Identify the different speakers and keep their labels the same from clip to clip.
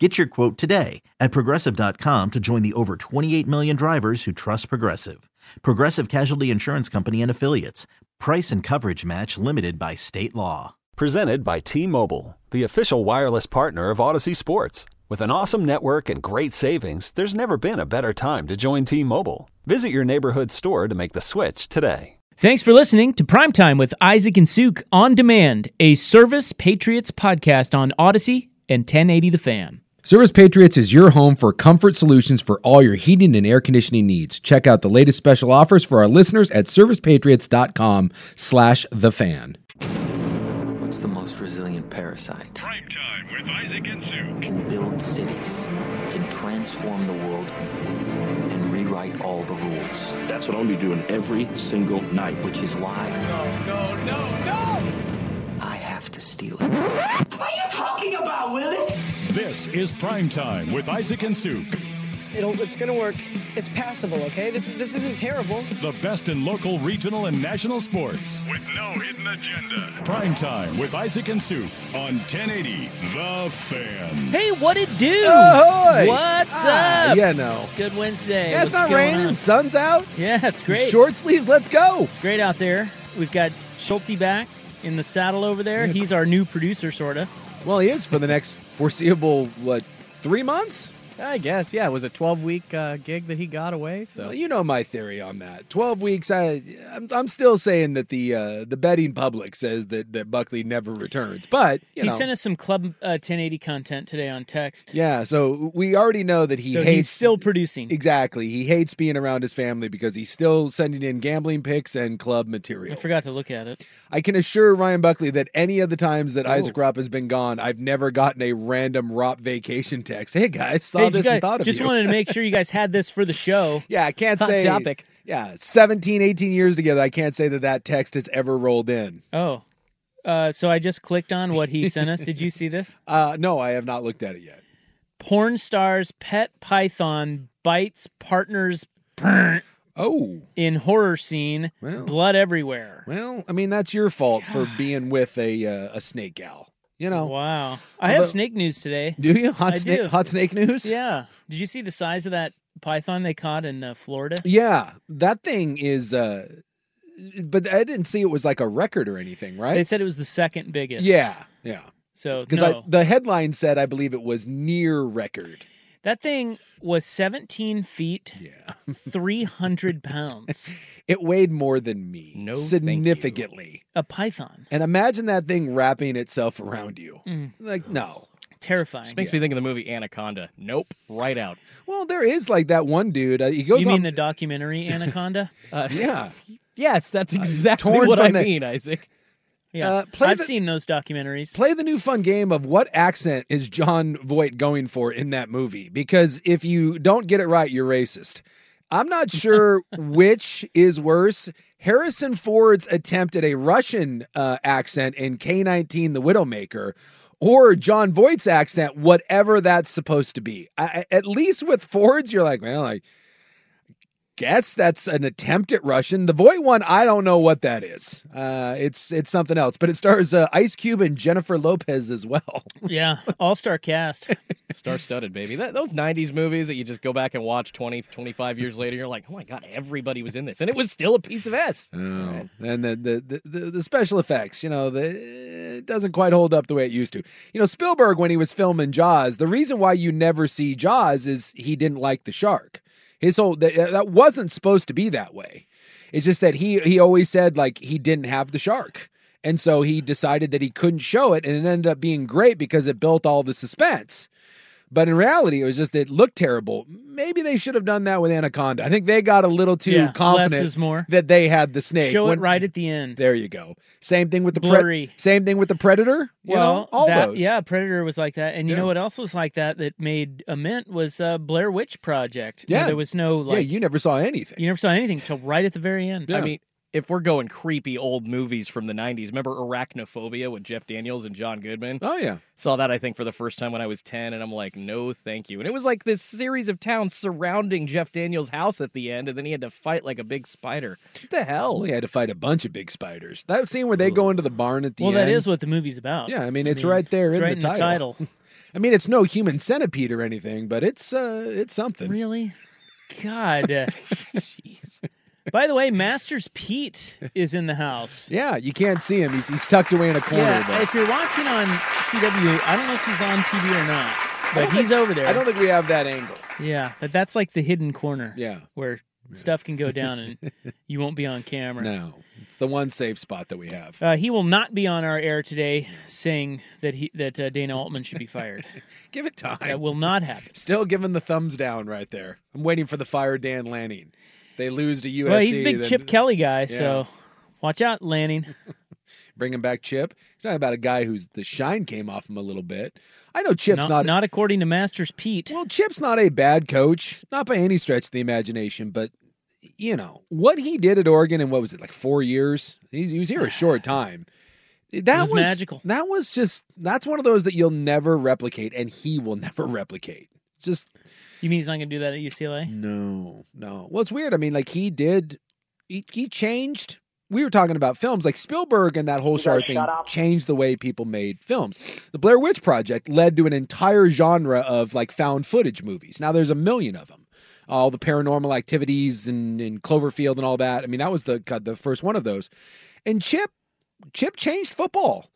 Speaker 1: Get your quote today at progressive.com to join the over 28 million drivers who trust Progressive. Progressive Casualty Insurance Company and Affiliates. Price and coverage match limited by state law.
Speaker 2: Presented by T Mobile, the official wireless partner of Odyssey Sports. With an awesome network and great savings, there's never been a better time to join T Mobile. Visit your neighborhood store to make the switch today.
Speaker 3: Thanks for listening to Primetime with Isaac and Suk on Demand, a Service Patriots podcast on Odyssey and 1080 The Fan.
Speaker 4: Service Patriots is your home for comfort solutions for all your heating and air conditioning needs. Check out the latest special offers for our listeners at servicepatriots.com slash the fan.
Speaker 5: What's the most resilient parasite?
Speaker 6: Prime time with Isaac and Sue.
Speaker 5: Can build cities, can transform the world, and rewrite all the rules.
Speaker 7: That's what I'll be doing every single night.
Speaker 5: Which is why
Speaker 8: No, no, no!
Speaker 5: I have to steal it.
Speaker 8: What are you talking about, Willis?
Speaker 6: This is Prime Time with Isaac and Sue.
Speaker 9: It'll, it's gonna work. It's passable, okay? This this isn't terrible.
Speaker 6: The best in local, regional, and national sports. With no hidden agenda. Prime Time with Isaac and Sue on 1080 The Fan.
Speaker 3: Hey, what it do?
Speaker 4: Ahoy!
Speaker 3: What's
Speaker 4: Ah,
Speaker 3: up?
Speaker 4: yeah, no.
Speaker 3: Good Wednesday.
Speaker 4: Yeah, it's
Speaker 3: What's
Speaker 4: not
Speaker 3: going
Speaker 4: raining,
Speaker 3: on?
Speaker 4: sun's out.
Speaker 3: Yeah, it's great.
Speaker 4: Short sleeves, let's go.
Speaker 3: It's great out there. We've got Schulte back in the saddle over there. He's our new producer, sort of.
Speaker 4: Well, he is for the next foreseeable, what, three months?
Speaker 10: I guess, yeah. It was a 12 week uh, gig that he got away. So
Speaker 4: Well, you know my theory on that. Twelve weeks. I, I'm, I'm still saying that the uh, the betting public says that, that Buckley never returns, but you
Speaker 3: He
Speaker 4: know,
Speaker 3: sent us some Club uh, 1080 content today on text.
Speaker 4: yeah. So we already know that he
Speaker 3: so
Speaker 4: hates
Speaker 3: he's still producing.
Speaker 4: Exactly. He hates being around his family because he's still sending in gambling picks and club
Speaker 3: I
Speaker 4: material.
Speaker 3: forgot to look at it.
Speaker 4: I can assure Ryan Buckley that any of the times
Speaker 3: Oh.
Speaker 4: that Isaac Rop has been gone, I've never gotten a random Rop vacation text. Hey guys, saw
Speaker 3: Hey, did you
Speaker 4: this and
Speaker 3: guys-
Speaker 4: thought of
Speaker 3: just
Speaker 4: you.
Speaker 3: wanted to make sure you guys had this for the show.
Speaker 4: yeah, I can't
Speaker 10: hot
Speaker 4: say.
Speaker 10: topic.
Speaker 4: Yeah, 17, 18 years together, I can't say that that text has ever rolled in.
Speaker 3: Oh. Uh, so I just clicked on what he sent us. Did you see this?
Speaker 4: Uh, no, I have not looked at it yet.
Speaker 3: Porn star's pet python bites partner's brrrt
Speaker 4: Oh,
Speaker 3: in horror scene.
Speaker 4: Well.
Speaker 3: Blood everywhere.
Speaker 4: well, I mean, that's your fault for being with a uh, a snake gal. You know,
Speaker 3: Wow. I have
Speaker 4: But-
Speaker 3: snake news today.
Speaker 4: do you hot
Speaker 3: I do.
Speaker 4: snake hot snake news?
Speaker 3: Yeah. Did you see the size of that python they caught in uh, Florida?
Speaker 4: Yeah, that thing is. uh But I didn't see it was like a record or anything,
Speaker 3: They
Speaker 4: right?
Speaker 3: said it was the second biggest.
Speaker 4: Yeah, yeah.
Speaker 3: So
Speaker 4: Because
Speaker 3: no,
Speaker 4: the headline said, I believe it was near record.
Speaker 3: that thing was 17 feet,
Speaker 4: Yeah,
Speaker 3: 300 pounds.
Speaker 4: it weighed more than me,
Speaker 10: No, thank you.
Speaker 4: significantly.
Speaker 3: A python.
Speaker 4: And imagine that thing wrapping itself around you.
Speaker 3: Mm.
Speaker 4: Like no.
Speaker 3: Terrifying.
Speaker 10: makes me think of the movie Anaconda. Nope, right out.
Speaker 4: Well, there is like that one dude. Uh, he goes
Speaker 3: You
Speaker 4: on.
Speaker 3: mean the documentary Anaconda?
Speaker 10: Uh,
Speaker 4: yeah,
Speaker 10: Yes, that's exactly
Speaker 4: torn
Speaker 10: what
Speaker 4: from
Speaker 10: I
Speaker 4: the-
Speaker 10: mean, Isaac.
Speaker 3: Yeah,
Speaker 4: Uh, play
Speaker 3: I've
Speaker 4: the-
Speaker 3: seen those documentaries.
Speaker 4: play the new fun game of what accent is John Voight going for in that movie? Because if you don't get it right, you're racist. I'm not sure which is worse. Harrison Ford's attempt at a Russian uh, accent in K19 The Widowmaker or John Voight's accent, whatever that's supposed to be. I, I- at least with Ford's, you're like, well, I guess that's an attempt at Russian. The Voight one, I don't know what that is. Uh, it's it's something else, but it stars uh, Ice Cube and Jennifer Lopez as well.
Speaker 3: yeah, all star cast.
Speaker 10: Star studded, baby. That, those 90s movies that you just go back and watch 20, 25 years later, you're like, oh my God, everybody was in this. And it was still a piece of S.
Speaker 4: Oh, and the the, the the the special effects, you know, the, it doesn't quite hold up the way it used to. You know, Spielberg when he was filming Jaws, the reason why you never see Jaws is he didn't like the shark. His whole that, that wasn't supposed to be that way. It's just that he he always said like he didn't have the shark. And so he decided that he couldn't show it and it ended up being great because it built all the suspense. But in reality, it was just it looked terrible. Maybe they should have done that with Anaconda. I think they got a little too
Speaker 3: Yeah,
Speaker 4: confident
Speaker 3: less is more.
Speaker 4: that they had the snake.
Speaker 3: Show
Speaker 4: when-
Speaker 3: it right at the end.
Speaker 4: There you go. Same thing with the
Speaker 3: Blurry.
Speaker 4: Same thing with the predator. You
Speaker 3: well,
Speaker 4: know, all
Speaker 3: that,
Speaker 4: those.
Speaker 3: yeah, Predator was like that, and you
Speaker 4: Yeah.
Speaker 3: know what else was like that that made a mint was uh, Blair Witch Project. where
Speaker 4: Yeah.
Speaker 3: there was no
Speaker 4: yeah.
Speaker 3: like
Speaker 4: You never saw anything.
Speaker 3: you never saw anything till right at the very end.
Speaker 4: Yeah.
Speaker 10: I mean,
Speaker 11: if we're going creepy old movies from the 90s, remember Arachnophobia with Jeff Daniels and John Goodman?
Speaker 4: Oh yeah.
Speaker 11: Saw that, I think, for the first time when I was 10, and I'm like, no, thank you. And it was like this series of towns surrounding Jeff Daniels' house at the end, and then he had to fight like a big spider. What the hell?
Speaker 4: Well, he had to fight a bunch of big spiders. That scene where they go into the barn at the
Speaker 3: well,
Speaker 4: end.
Speaker 3: that is what the movie's about.
Speaker 4: Yeah, I mean, it's right there
Speaker 3: it's
Speaker 4: in
Speaker 3: right
Speaker 4: the
Speaker 3: in the
Speaker 4: title.
Speaker 3: title.
Speaker 4: I mean, it's no human centipede or anything, but it's uh, it's something.
Speaker 3: Really? God. uh, By the way, Masters Pete is in the house.
Speaker 4: Yeah, you can't see him. He's he's tucked away in a corner.
Speaker 3: yeah,
Speaker 4: but-
Speaker 3: if you're watching on CW, I don't know if he's on TV or not, but
Speaker 4: don't
Speaker 3: he's
Speaker 4: think-
Speaker 3: over there.
Speaker 4: I don't think we have that angle.
Speaker 3: Yeah, but that's like the hidden corner
Speaker 4: Yeah.
Speaker 3: where stuff can go down and you won't be on camera.
Speaker 4: No, it's the one safe spot that we have.
Speaker 3: Uh, he will not be on our air today saying that he that uh, Dana Altman should be fired.
Speaker 4: Give it time.
Speaker 3: that will not happen.
Speaker 4: Still giving the thumbs down right there. I'm waiting for the fire Dan Lanning. They lose to USC.
Speaker 3: Well, he's a big
Speaker 4: then
Speaker 3: Chip Kelly guy, so watch out, Lanning.
Speaker 4: Bringing back Chip. He's talking about a guy whose the shine came off him a little bit. I know Chip's
Speaker 3: not,
Speaker 4: not.
Speaker 3: not according to Masters Pete.
Speaker 4: well, Chip's not a bad coach, not by any stretch of the imagination, but you know what he did at Oregon and what was it like four years? He, he was here a short time. That
Speaker 3: was magical.
Speaker 4: That was just that's one of those that you'll never replicate, and he will never replicate. Just
Speaker 3: You mean he's not going to do that at
Speaker 4: Mm.
Speaker 3: UCLA?
Speaker 4: No, no. Well, it's weird. I mean, like he did, he, he changed. We were talking about films like Spielberg and that whole shark thing changed the way people made films. The Blair Witch Project led to an entire genre of like found footage movies. Now there's a million of them. All the paranormal activities and, and Cloverfield and all that. I mean, that was the God, the first one of those. And Chip, Chip changed football.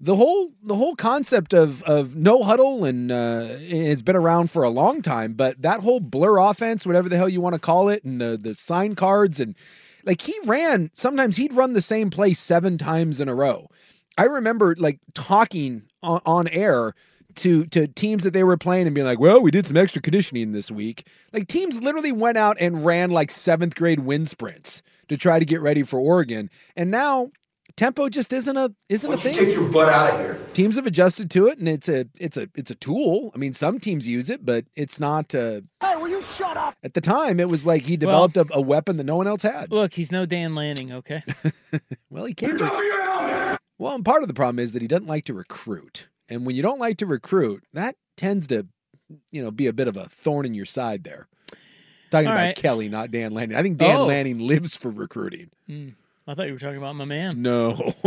Speaker 4: The whole the whole concept of of no huddle and uh, it's been around for a long time, but that whole blur offense, whatever the hell you want to call it, and the the sign cards and like he ran sometimes he'd run the same play seven times in a row. I remember like talking on, on air to to teams that they were playing and being like, "Well, we did some extra conditioning this week." Like teams literally went out and ran like seventh grade wind sprints to try to get ready for Oregon, and now tempo just isn't a isn't a thing. take your butt out of here. Teams have adjusted to it, and it's a it's a it's a tool. I mean, some teams use it, but it's not. Uh, hey, will you shut up? At the time, it was like he
Speaker 3: Well-
Speaker 4: developed a, a weapon that no one else had.
Speaker 3: Look, he's no Dan Lanning, okay?
Speaker 4: Well, he can't. Re- well, and part of the problem is that he doesn't like to recruit, and when you don't like to recruit, that tends to, you know, be a bit of a thorn in your side there. Talking
Speaker 3: All
Speaker 4: about
Speaker 3: right.
Speaker 4: Kelly, not Dan Lanning. I think Dan
Speaker 3: Oh.
Speaker 4: Lanning lives for recruiting.
Speaker 3: I thought you were talking about my man.
Speaker 4: No,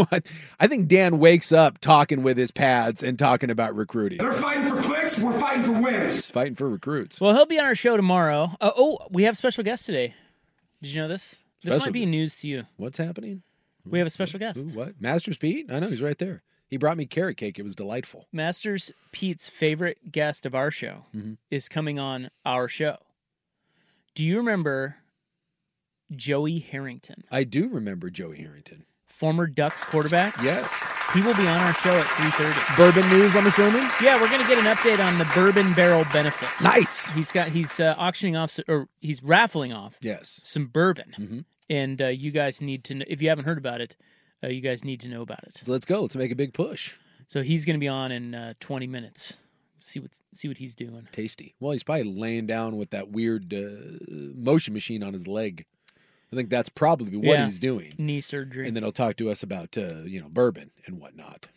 Speaker 4: I think Dan wakes up talking with his pads and talking about recruiting. They're fighting for clicks. We're fighting for wins. He's fighting for recruits.
Speaker 3: Well, he'll be on our show tomorrow. Uh, oh, we have a special guest today. Did you know this? This
Speaker 4: Special
Speaker 3: might be
Speaker 4: guest.
Speaker 3: news to you.
Speaker 4: What's happening?
Speaker 3: We have a special
Speaker 4: Who,
Speaker 3: guest.
Speaker 4: what? Masters Pete? I know he's right there. He brought me carrot cake. It was delightful.
Speaker 3: Masters Pete's favorite guest of our show
Speaker 4: Mm-hmm.
Speaker 3: is coming on our show. Do you remember Joey Harrington,
Speaker 4: I do remember Joey Harrington.
Speaker 3: former Ducks quarterback?
Speaker 4: Yes.
Speaker 3: He will be on our show at 3:30.
Speaker 4: Bourbon news, I'm assuming.
Speaker 3: Yeah, we're going to get an update on the bourbon barrel benefit.
Speaker 4: Nice.
Speaker 3: He's got he's uh, auctioning off s- or he's raffling off
Speaker 4: Yes.
Speaker 3: some bourbon.
Speaker 4: Mhm.
Speaker 3: And uh, you guys need to know, if you haven't heard about it, uh, you guys need to know about it.
Speaker 4: So let's go. Let's make a big push.
Speaker 3: So he's going to be on in uh, 20 minutes. See what see what he's doing.
Speaker 4: Tasty. Well, he's probably laying down with that weird uh, motion machine on his leg. I think that's probably what
Speaker 3: Yeah. Mm-hmm.
Speaker 4: he's doing.
Speaker 3: Knee surgery.
Speaker 4: And then he'll talk to us about uh, you know bourbon and whatnot.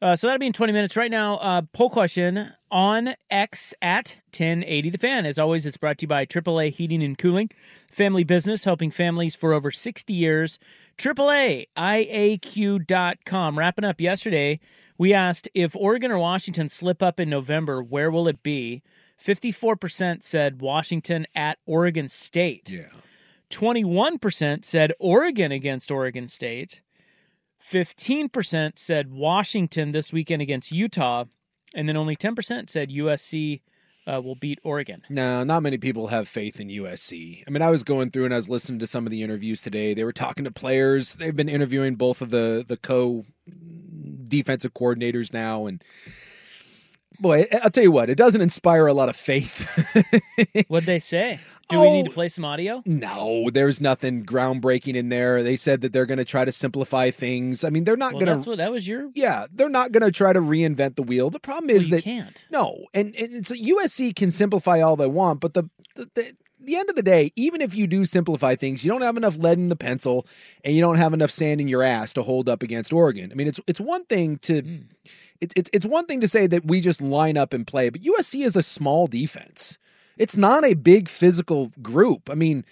Speaker 3: Uh, so that'll be in 20 minutes. Right now, uh, poll question on X at 1080 The Fan. As always, it's brought to you by AAA Heating and Cooling, family business helping families for over 60 years. AAA, IAQ.com. Wrapping up yesterday, we asked if Oregon or Washington slip up in November, where will it be? 54% said Washington at Oregon State.
Speaker 4: Yeah.
Speaker 3: 21% said Oregon against Oregon State. 15% said Washington this weekend against Utah. And then only 10% said USC uh, will beat Oregon.
Speaker 4: No, not many people have faith in USC. I mean, I was going through and I was listening to some of the interviews today. They were talking to players. They've been interviewing both of the the co mm, defensive coordinators now, and boy, I- I'll tell you what, it doesn't inspire a lot of faith.
Speaker 3: What'd they say? Do we need to
Speaker 4: Oh.
Speaker 3: play some audio?
Speaker 4: no, there's nothing groundbreaking in there. They said that they're going to try to simplify things. I mean, they're not
Speaker 3: Well,
Speaker 4: going
Speaker 3: that's
Speaker 4: to.
Speaker 3: what that was your.
Speaker 4: Yeah, they're not going to try to reinvent the wheel. The problem
Speaker 3: Well,
Speaker 4: is
Speaker 3: you
Speaker 4: that
Speaker 3: can't.
Speaker 4: No, and, and so USC can simplify all they want, but the, the, the the end of the day, even if you do simplify things, you don't have enough lead in the pencil and you don't have enough sand in your ass to hold up against Oregon. I mean, it's it's one thing to mm. it's it, it's one thing to say that we just line up and play, but USC is a small defense. It's not a big physical group. I mean,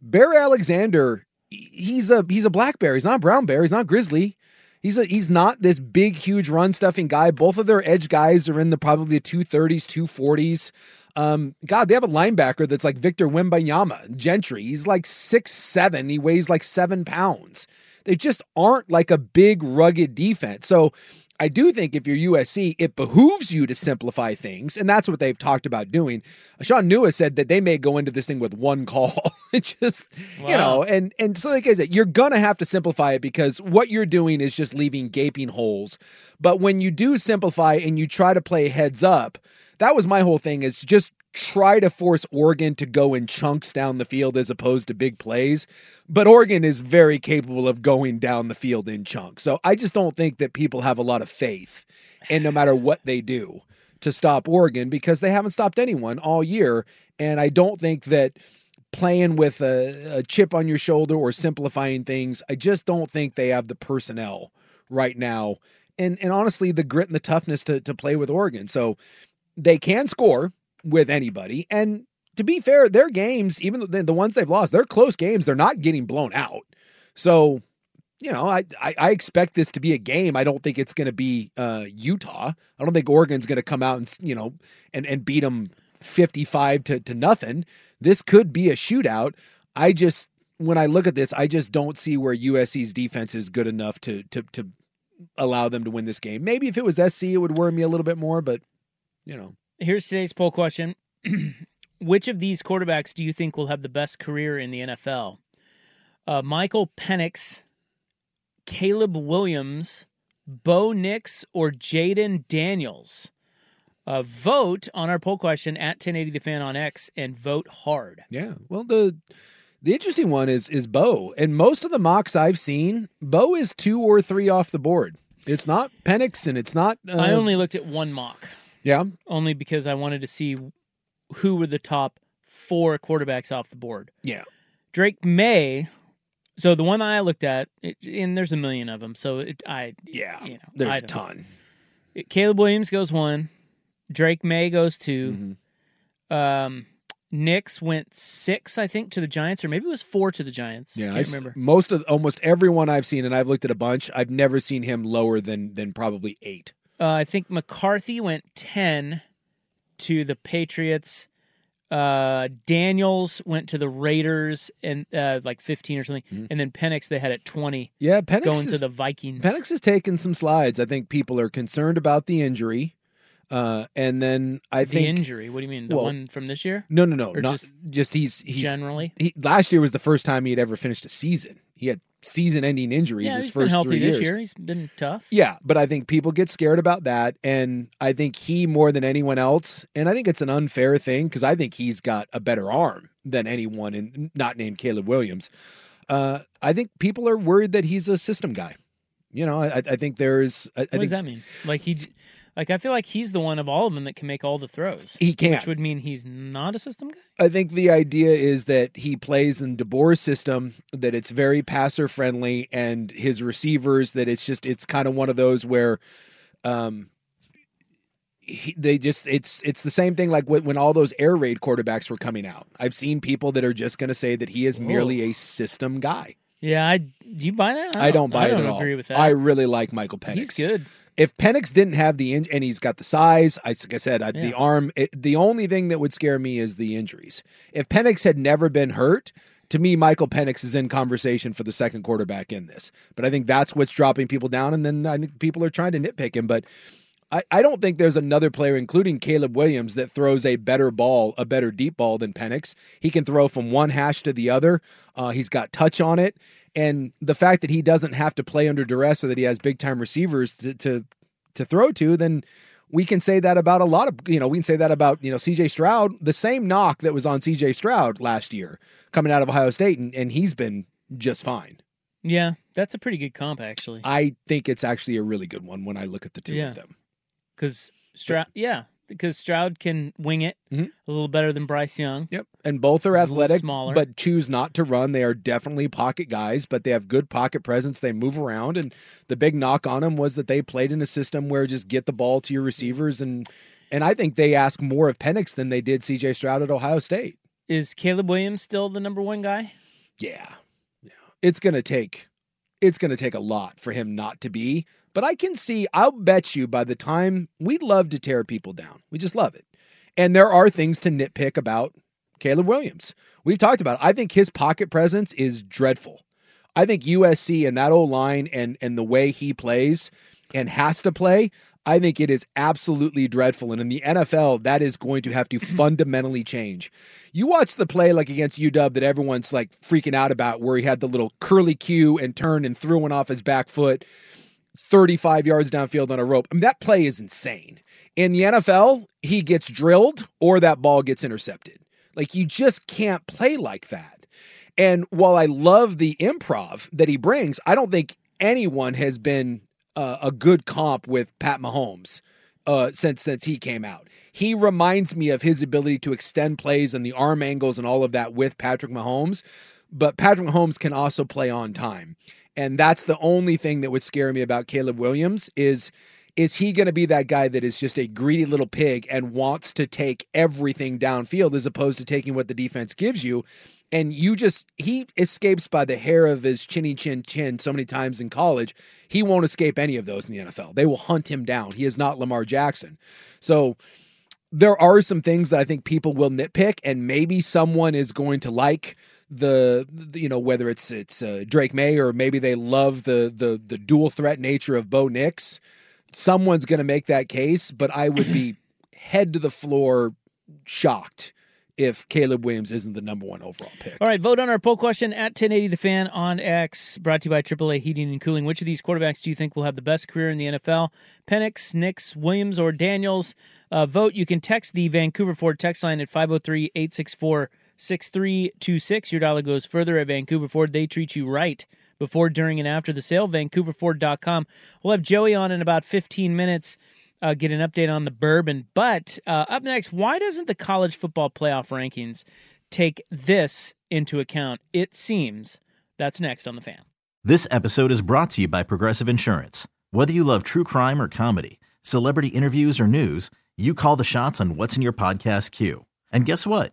Speaker 4: Bear Alexander, he's a he's a black bear. He's not brown bear. He's not grizzly. He's a, he's not this big, huge run stuffing guy. Both of their edge guys are in the probably the two thirties, two forties. Um, God, they have a linebacker that's like Victor Wembanyama, Gentry. He's like six seven. He weighs like seven pounds. They just aren't like a big, rugged defense. So I do think if you're USC, it behooves you to simplify things, and that's what they've talked about doing. Sean Nua said that they may go into this thing with one call. it just wow. you know, and and so like I said, you're gonna have to simplify it because what you're doing is just leaving gaping holes. But when you do simplify and you try to play heads up, that was my whole thing is just try to force Oregon to go in chunks down the field as opposed to big plays. But Oregon is very capable of going down the field in chunks. So I just don't think that people have a lot of faith and no matter what they do to stop Oregon because they haven't stopped anyone all year. And I don't think that playing with a, a chip on your shoulder or simplifying things, I just don't think they have the personnel right now. And, and honestly, the grit and the toughness to, to play with Oregon. So they can score with anybody. And to be fair, their games, even the, the ones they've lost, they're close games. They're not getting blown out. So, you know, I, I, I expect this to be a game. I don't think it's going to be uh, Utah. I don't think Oregon's going to come out and, you know, and, and beat them 55 to, to nothing. This could be a shootout. I just, when I look at this, I just don't see where USC's defense is good enough to, to, to allow them to win this game. Maybe if it was SC, it would worry me a little bit more, but you know,
Speaker 3: here's today's poll question which of these quarterbacks do you think will have the best career in the nfl uh, michael Penix, caleb williams bo nix or jaden daniels uh, vote on our poll question at 1080 the fan on x and vote hard
Speaker 4: yeah well the the interesting one is is bo and most of the mocks i've seen bo is two or three off the board it's not Penix and it's not
Speaker 3: uh, i only looked at one mock
Speaker 4: yeah.
Speaker 3: Only because I wanted to see who were the top four quarterbacks off the board.
Speaker 4: Yeah.
Speaker 3: Drake May. So the one I looked at, it, and there's a million of them. So it, I
Speaker 4: yeah, you know, there's a ton.
Speaker 3: Know. Caleb Williams goes one. Drake May goes 2 mm-hmm. Um, Knicks went six, I think, to the Giants, or maybe it was four to the Giants.
Speaker 4: Yeah,
Speaker 3: I remember
Speaker 4: most of almost everyone I've seen, and I've looked at a bunch. I've never seen him lower than than probably eight.
Speaker 3: Uh, I think McCarthy went 10 to the Patriots. Uh, Daniels went to the Raiders and uh, like 15 or something. Mm-hmm. And then Penix, they had at 20.
Speaker 4: Yeah, Penix
Speaker 3: going
Speaker 4: is,
Speaker 3: to the Vikings.
Speaker 4: Penix has taken some slides. I think people are concerned about the injury. uh, and then I
Speaker 3: the
Speaker 4: think
Speaker 3: injury. What do you mean? The well, one from this year?
Speaker 4: No, no, no. Not, just, just he's, he's
Speaker 3: generally.
Speaker 4: He, last year was the first time he had ever finished a season. He had season-ending injuries
Speaker 3: yeah,
Speaker 4: his first
Speaker 3: three
Speaker 4: years.
Speaker 3: Year. He's been tough.
Speaker 4: Yeah, but I think people get scared about that, and I think he more than anyone else, and I think it's an unfair thing because I think he's got a better arm than anyone, and not named Caleb Williams. Uh, I think people are worried that he's a system guy. You know, I, I think there's. I, I what think,
Speaker 3: does that mean? Like he's. Like I feel like he's the one of all of them that can make all the throws.
Speaker 4: He can,
Speaker 3: which would mean he's not a system guy.
Speaker 4: I think the idea is that he plays in DeBoer's system, that it's very passer friendly, and his receivers that it's just it's kind of one of those where, um, he, they just it's it's the same thing like when, when all those air raid quarterbacks were coming out. I've seen people that are just going to say that he is Whoa. merely a system guy.
Speaker 3: Yeah, I do you buy that?
Speaker 4: I don't, I don't buy
Speaker 3: Oh, I don't
Speaker 4: it at all.
Speaker 3: Agree with that.
Speaker 4: I really like Michael Penix.
Speaker 3: He's good
Speaker 4: if Penix didn't have the in- and he's got the size, I, like I said, I, yeah. the arm. It, the only thing that would scare me is the injuries. If Penix had never been hurt, to me, Michael Penix is in conversation for the second quarterback in this. But I think that's what's dropping people down, and then I think people are trying to nitpick him, but. I, I don't think there's another player, including Caleb Williams, that throws a better ball, a better deep ball than Penix. He can throw from one hash to the other. Uh, he's got touch on it. And the fact that he doesn't have to play under duress or that he has big time receivers to, to, to throw to, then we can say that about a lot of you know, we can say that about, you know, CJ Stroud, the same knock that was on CJ Stroud last year coming out of Ohio State, and, and he's been just fine.
Speaker 3: Yeah, that's a pretty good comp actually.
Speaker 4: I think it's actually a really good one when I look at the two
Speaker 3: yeah.
Speaker 4: of them.
Speaker 3: Because Stroud, yeah, because Stroud can wing it
Speaker 4: Mhm.
Speaker 3: a little better than Bryce Young.
Speaker 4: Yep. And both are
Speaker 3: He's a little
Speaker 4: athletic,
Speaker 3: smaller.
Speaker 4: but choose not to run. They are definitely pocket guys, but they have good pocket presence. They move around. And the big knock on them was that they played in a system where just get the ball to your receivers. And and I think they ask more of Penix than they did CJ Stroud at Ohio State.
Speaker 3: Is Caleb Williams still the number one guy?
Speaker 4: Yeah. Yeah. It's gonna take it's gonna take a lot for him not to be. But I can see, I'll bet you by the time we love to tear people down. We just love it. And there are things to nitpick about Caleb Williams. We've talked about it. I think his pocket presence is dreadful. I think USC and that old line and and the way he plays and has to play, I think it is absolutely dreadful. And in the NFL, that is going to have to fundamentally change. You watch the play like against UW that everyone's like freaking out about, where he had the little curly cue and turned and threw one off his back foot 35 yards downfield on a rope. I mean, that play is insane. In the NFL, he gets drilled or that ball gets intercepted. Like you just can't play like that. And while I love the improv that he brings, I don't think anyone has been uh, a good comp with Pat Mahomes uh, since since he came out. He reminds me of his ability to extend plays and the arm angles and all of that with Patrick Mahomes, but Patrick Mahomes can also play on time. And that's the only thing that would scare me about Caleb Williams is is he going to be that guy that is just a greedy little pig and wants to take everything downfield as opposed to taking what the defense gives you? And you just, he escapes by the hair of his chinny chin chin so many times in college. He won't escape any of those in the NFL. They will hunt him down. He is not Lamar Jackson. So there are some things that I think people will nitpick, and maybe someone is going to like the the- you know whether it's it's uh, Drake May or maybe they love the the the dual threat nature of Bo Nix someone's going to make that case, but I would be head to the floor shocked if Caleb Williams isn't the number one overall pick.
Speaker 3: All right, vote on our poll question at 1080 The Fan on X, brought to you by AAA Heating and Cooling. Which of these quarterbacks do you think will have the best career in the NFL? Penix, Nix, Williams, or Daniels? Uh, vote. You can text the Vancouver Ford text line at 503 864 6326. Your dollar goes further at Vancouver Ford. They treat you right before, during, and after the sale. VancouverFord.com. We'll have Joey on in about 15 minutes. Uh, get an update on the bourbon. But uh, up next, why doesn't the college football playoff rankings take this into account. It seems that's next on the fan.
Speaker 1: This episode is brought to you by Progressive Insurance. Whether you love true crime or comedy, celebrity interviews or news, you call the shots on what's in your podcast queue. And guess what?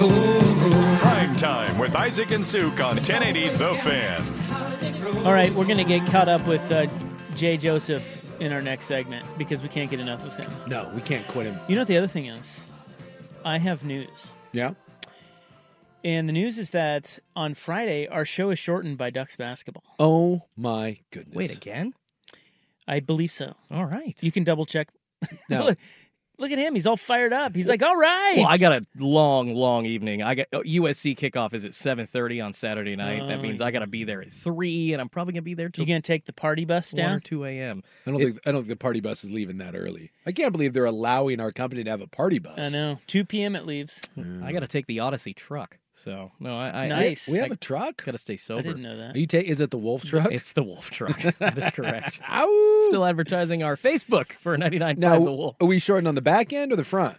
Speaker 8: Prime time with Isaac and Suk on 1080 The Fan.
Speaker 3: All right, we're going to get caught up with uh, Jay Joseph in our next segment because we can't get enough of him.
Speaker 4: No, we can't quit him.
Speaker 3: You know what the other thing is? I have news.
Speaker 4: Yeah.
Speaker 3: And the news is that on Friday, our show is shortened by Ducks basketball.
Speaker 4: Oh my goodness.
Speaker 3: again? I believe so.
Speaker 11: All right.
Speaker 3: You can double check.
Speaker 4: No.
Speaker 3: Look, Look at him. He's all fired up. He's like, all right.
Speaker 11: Well, I got a long, long evening. I got oh, USC kickoff is at 7:30 on Saturday night. that
Speaker 3: Oh,
Speaker 11: means I got to be there at three, and I'm probably gonna be there till
Speaker 3: You gonna take the party bus
Speaker 11: one or
Speaker 3: down?
Speaker 11: two a.m.
Speaker 4: I don't think I don't think the party bus is leaving that early. I can't believe they're allowing our company to have a party bus.
Speaker 3: I know. 2 p.m. it leaves.
Speaker 11: I got to take the Odyssey truck. So no, I, I
Speaker 3: Nice.
Speaker 11: I,
Speaker 4: We have a truck.
Speaker 11: Gotta stay sober.
Speaker 3: I didn't know that.
Speaker 4: Are you take? Is it the Wolf truck?
Speaker 11: It's the Wolf truck. that is correct.
Speaker 4: Ow!
Speaker 11: Still advertising our Facebook for 99.5
Speaker 4: now,
Speaker 11: The Wolf.
Speaker 4: are we shorting on the back end or the front?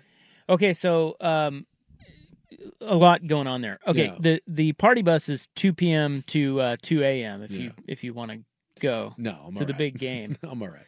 Speaker 3: Okay, so um, a lot going on there. Okay,
Speaker 4: Yeah.
Speaker 3: the the party bus is 2 p.m. to uh, 2 a.m. If you if you want to go
Speaker 4: No, I'm
Speaker 3: to the
Speaker 4: all right.
Speaker 3: big game.
Speaker 4: I'm all right.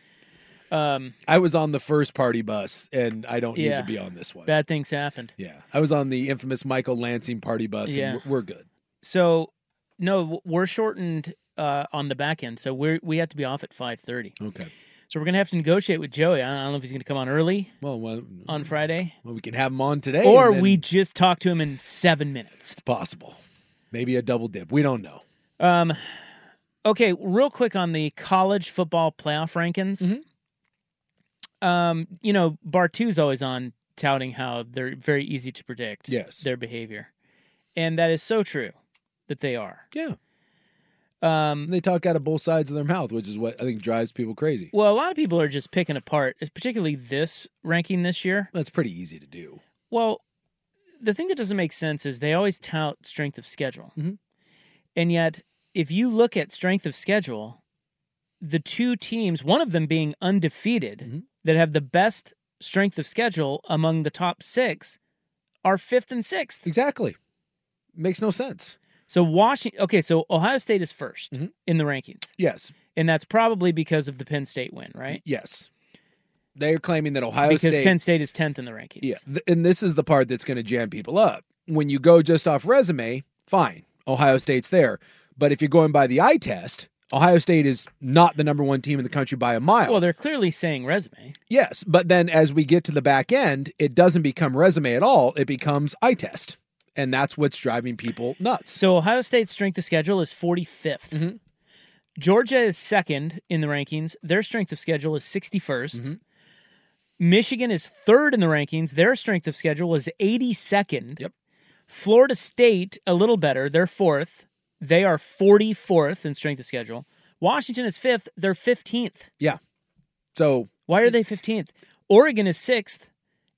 Speaker 3: Um,
Speaker 4: I was on the first party bus, and I don't
Speaker 3: Yeah.
Speaker 4: need to be on this one.
Speaker 3: bad things happened.
Speaker 4: yeah, I was on the infamous Michael Lansing party bus,
Speaker 3: Yeah.
Speaker 4: and we're, we're good.
Speaker 3: So no, w- we're shortened uh, on the back end, so we are we have to be off at 5:30.
Speaker 4: Okay.
Speaker 3: So we're gonna have to negotiate with Joey. I don't know if he's gonna come on early
Speaker 4: Well, well,
Speaker 3: on Friday,
Speaker 4: well, we can have him on today,
Speaker 3: or
Speaker 4: and then
Speaker 3: we just talk to him in seven minutes.
Speaker 4: It's possible. Maybe a double dip. We don't know.
Speaker 3: Um, okay, real quick on the college football playoff rankings. Um, you know, Bartu's always on touting how they're very easy to predict.
Speaker 4: Yes.
Speaker 3: their behavior, and that is so true that they are.
Speaker 4: Yeah,
Speaker 3: Um,
Speaker 4: and they talk out of both sides of their mouth, which is what I think drives people crazy.
Speaker 3: well, a lot of people are just picking apart, particularly this ranking this year.
Speaker 4: That's pretty easy to do.
Speaker 3: Well, the thing that doesn't make sense is they always tout strength of schedule.
Speaker 4: Mhm.
Speaker 3: And yet, if you look at strength of schedule, the two teams, one of them being undefeated,
Speaker 4: Mm-hmm.
Speaker 3: that have the best strength of schedule among the top six, are fifth and sixth.
Speaker 4: Exactly. Makes no sense.
Speaker 3: So, Washington, okay, so Ohio State is 1st
Speaker 4: Mhm.
Speaker 3: in the rankings.
Speaker 4: Yes.
Speaker 3: And that's probably because of the Penn State win, right?
Speaker 4: Yes. They're claiming that Ohio
Speaker 3: because
Speaker 4: State.
Speaker 3: Penn State is 10th in the rankings.
Speaker 4: yeah. th- and this is the part that's going to jam people up. When you go just off resume, fine. Ohio State's there. But if you're going by the eye test, Ohio State is not the number one team in the country by a mile.
Speaker 3: Well, they're clearly saying resume.
Speaker 4: yes. But then as we get to the back end, it doesn't become resume at all. It becomes eye test. And that's what's driving people nuts.
Speaker 3: So Ohio State's strength of schedule is 45th.
Speaker 4: Mhm.
Speaker 3: Georgia is second in the rankings. Their strength of schedule is 61st.
Speaker 4: Mm-hmm.
Speaker 3: Michigan is third in the rankings. Their strength of schedule is 82nd.
Speaker 4: Yep.
Speaker 3: Florida State, a little better. They're fourth. They are 44th in strength of schedule. Washington is fifth. They're 15th.
Speaker 4: Yeah. So
Speaker 3: Why are they 15th? Oregon is sixth,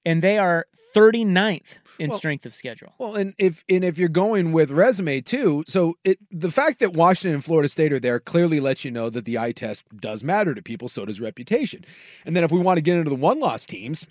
Speaker 3: and they are 39th in
Speaker 4: Well-
Speaker 3: strength of schedule.
Speaker 4: Well, and if and if you're going with resume too, so it the fact that Washington and Florida State are there clearly lets you know that the eye test does matter to people. So does reputation. And then if we want to get into the one loss teams,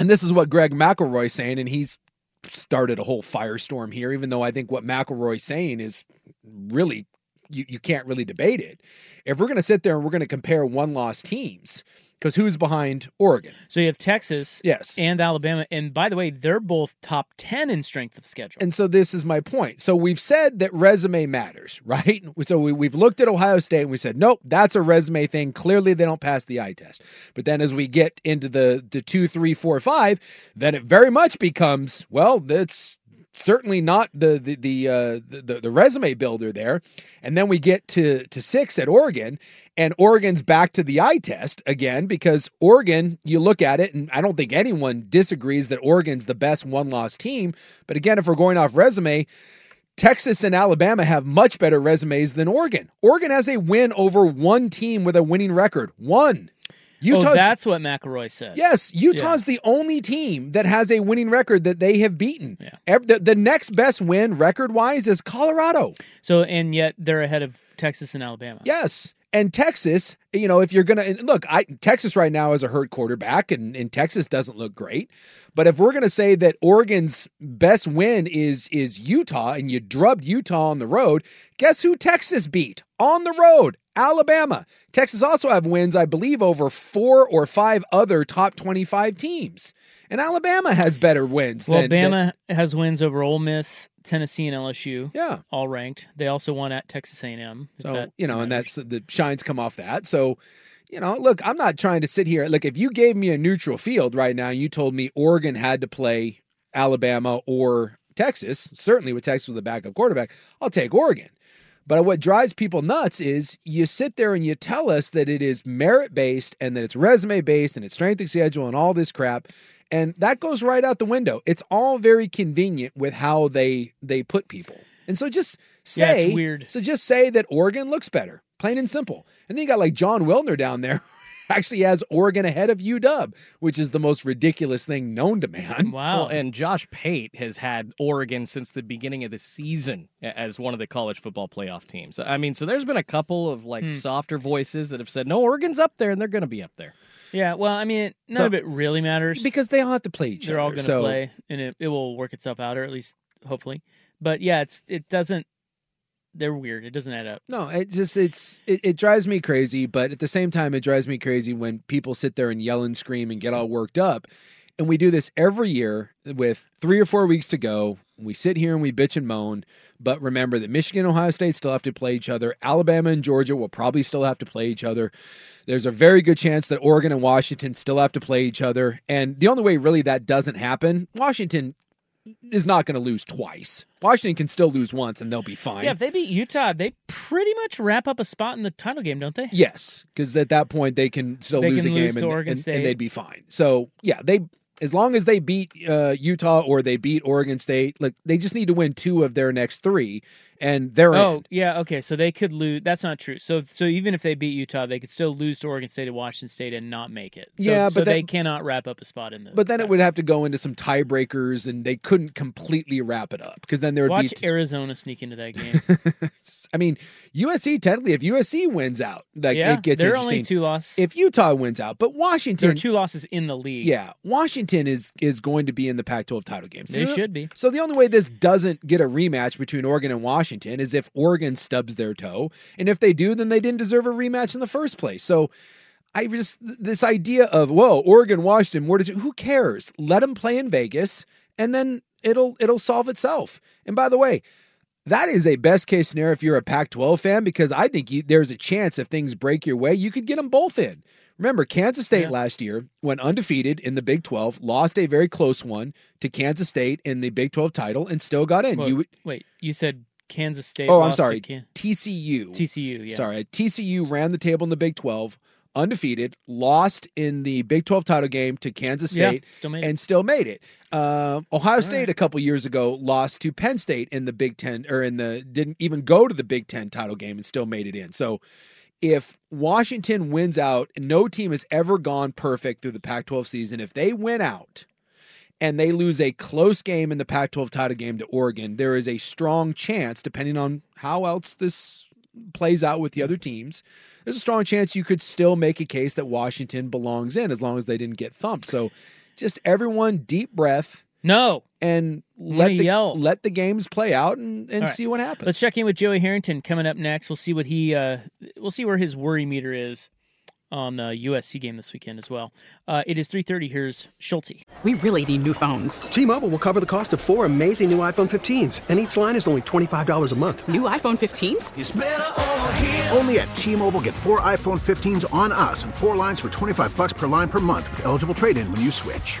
Speaker 4: and this is what Greg McElroy's saying, and he's started a whole firestorm here. Even though I think what McElroy's saying is really you, you can't really debate it. If we're going to sit there and we're going to compare one loss teams, because who's behind Oregon?
Speaker 3: So you have Texas
Speaker 4: Yes.
Speaker 3: and Alabama. And by the way, they're both top 10 in strength of schedule.
Speaker 4: And so this is my point. So we've said that resume matters, right? So we, we've looked at Ohio State and we said, nope, that's a resume thing. Clearly they don't pass the eye test. But then as we get into the the two, three, four, five, then it very much becomes, well, that's certainly not the the the, uh, the the the resume builder there. And then we get to to six at Oregon, and Oregon's back to the eye test again because Oregon, you look at it, and I don't think anyone disagrees that Oregon's the best one loss team. But again, if we're going off resume. Texas and Alabama have much better resumes than Oregon. Oregon has a win over one team with a winning record. One.
Speaker 3: oh,
Speaker 4: Utah's
Speaker 3: that's what McElroy said.
Speaker 4: Yes, Utah's the only team that has a winning record that they have beaten. Ev- the, the next best win record wise is Colorado.
Speaker 3: So, and yet they're ahead of Texas and Alabama.
Speaker 4: Yes. And Texas, you know, if you're going to look, I, Texas right now is a hurt quarterback, and, and Texas doesn't look great. But if we're going to say that Oregon's best win is is Utah, and you drubbed Utah on the road, guess who Texas beat on the road? Alabama. Texas also have wins, I believe, over four or five other top twenty-five teams, and Alabama has better wins.
Speaker 3: Well,
Speaker 4: than, than-
Speaker 3: Alabama has wins over Ole Miss, Tennessee, and LSU.
Speaker 4: yeah.
Speaker 3: All ranked. They also won at Texas A&M. if
Speaker 4: So
Speaker 3: that
Speaker 4: you know, and
Speaker 3: matters.
Speaker 4: that's the shines come off that. So, you know, look, I'm not trying to sit here. Look, if you gave me a neutral field right now, and you told me Oregon had to play Alabama or Texas. Certainly, with Texas with a backup quarterback, I'll take Oregon. But what drives people nuts is you sit there and you tell us that it is merit based and that it's resume based and it's strength of schedule and all this crap. and that goes right out the window. It's all very convenient with how they they put people. And so just
Speaker 3: Yeah, it's
Speaker 4: say
Speaker 3: weird.
Speaker 4: So just say that Oregon looks better, plain and simple. And then you got like John Wilner down there. Actually has Oregon ahead of UW, which is the most ridiculous thing known to man.
Speaker 3: um,
Speaker 11: Well, and Josh Pate has had Oregon since the beginning of the season a- as one of the college football playoff teams. I mean, so there's been a couple of like
Speaker 3: Hmm.
Speaker 11: softer voices that have said, no, Oregon's up there and they're going to be up there.
Speaker 3: Yeah, well, I mean, none
Speaker 11: So-
Speaker 3: of it really matters
Speaker 4: because they all have to play each
Speaker 3: They're all
Speaker 4: other,
Speaker 3: going to
Speaker 4: so-
Speaker 3: play, and it, it will work itself out, or at least hopefully. But yeah, it's it doesn't. They're weird. It doesn't add up.
Speaker 4: No, it just it's it, it drives me crazy, but at the same time it drives me crazy when people sit there and yell and scream and get all worked up. And we do this every year with 3 or 4 weeks to go. We sit here and we bitch and moan, but remember that Michigan and Ohio State still have to play each other. Alabama and Georgia will probably still have to play each other. There's a very good chance that Oregon and Washington still have to play each other. And the only way really that doesn't happen, Washington is not going to lose twice. Washington can still lose once and they'll be fine.
Speaker 3: Yeah, if they beat Utah, they pretty much wrap up a spot in the title game, don't they?
Speaker 4: Yes, because at that point they can still
Speaker 3: They
Speaker 4: lose
Speaker 3: can
Speaker 4: a game
Speaker 3: lose to
Speaker 4: and,
Speaker 3: Oregon
Speaker 4: and- and
Speaker 3: State.
Speaker 4: they'd be fine. So yeah, they as long as they beat uh, Utah or they beat Oregon State, like they just need to win two of their next three, and they're
Speaker 3: Oh
Speaker 4: in.
Speaker 3: yeah, okay. So they could lose. That's not true. So so even if they beat Utah, they could still lose to Oregon State and Washington State and not make it. So,
Speaker 4: Yeah,
Speaker 3: so
Speaker 4: but
Speaker 3: they
Speaker 4: that-
Speaker 3: cannot wrap up a spot in the.
Speaker 4: But then it would have to go into some tiebreakers, and they couldn't completely wrap it up because then there would
Speaker 3: Watch
Speaker 4: be.
Speaker 3: Arizona sneak into that game.
Speaker 4: I mean, USC technically, if USC wins out, like
Speaker 3: yeah,
Speaker 4: it gets
Speaker 3: they're
Speaker 4: interesting.
Speaker 3: only two losses.
Speaker 4: if Utah wins out, but
Speaker 3: There are
Speaker 4: Washington,
Speaker 3: two losses in the league.
Speaker 4: Yeah, Washington is is going to be in the Pac-12 title game.
Speaker 3: They should be.
Speaker 4: So the only way this doesn't get a rematch between Oregon and Washington is if Oregon stubs their toe, and if they do, then they didn't deserve a rematch in the first place. So I just this idea of whoa, Oregon, Washington, where does it? Who cares? Let them play in Vegas, and then it'll it'll solve itself. And by the way. That is a best case scenario if you're a Pac 12 fan because I think you, there's a chance if things break your way, you could get them both in. Remember, Kansas State last year went undefeated in the Big 12, lost a very close one to Kansas State in the Big 12 title, and still got in.
Speaker 3: Well,
Speaker 4: you would,
Speaker 3: wait, you said Kansas State.
Speaker 4: oh, I'm
Speaker 3: lost to
Speaker 4: sorry.
Speaker 3: Kan-
Speaker 4: TCU.
Speaker 3: TCU. Yeah.
Speaker 4: Sorry. TCU ran the table in the Big 12, undefeated, lost in the Big 12 title game to Kansas
Speaker 3: Yeah,
Speaker 4: State,
Speaker 3: still made it.
Speaker 4: and still made it. Um, Ohio State a couple years ago lost to Penn State in the Big 10, or in the, didn't even go to the Big 10 title game and still made it in. So, if Washington wins out, no team has ever gone perfect through the Pac 12 season. If they win out, and they lose a close game in the Pac 12 title game to Oregon, there is a strong chance, depending on how else this plays out with the other teams, there's a strong chance you could still make a case that Washington belongs in as long as they didn't get thumped. So just everyone deep breath.
Speaker 3: No.
Speaker 4: And
Speaker 3: I'm
Speaker 4: let
Speaker 3: gonna
Speaker 4: the,
Speaker 3: yell.
Speaker 4: let the games play out and, and
Speaker 3: All right.
Speaker 4: see what happens.
Speaker 3: Let's check in with Joey Harrington coming up next. We'll see what he uh we'll see where his worry meter is on the USC game this weekend as well. Uh it is 3:30 here's Schulte.
Speaker 12: We really need new phones.
Speaker 13: T-Mobile will cover the cost of four amazing new iPhone 15s, and each line is only $25 a month.
Speaker 12: New iPhone 15s?
Speaker 14: Only at T-Mobile get four iPhone 15s on us and four lines for 25 bucks per line per month with eligible trade-in when you switch.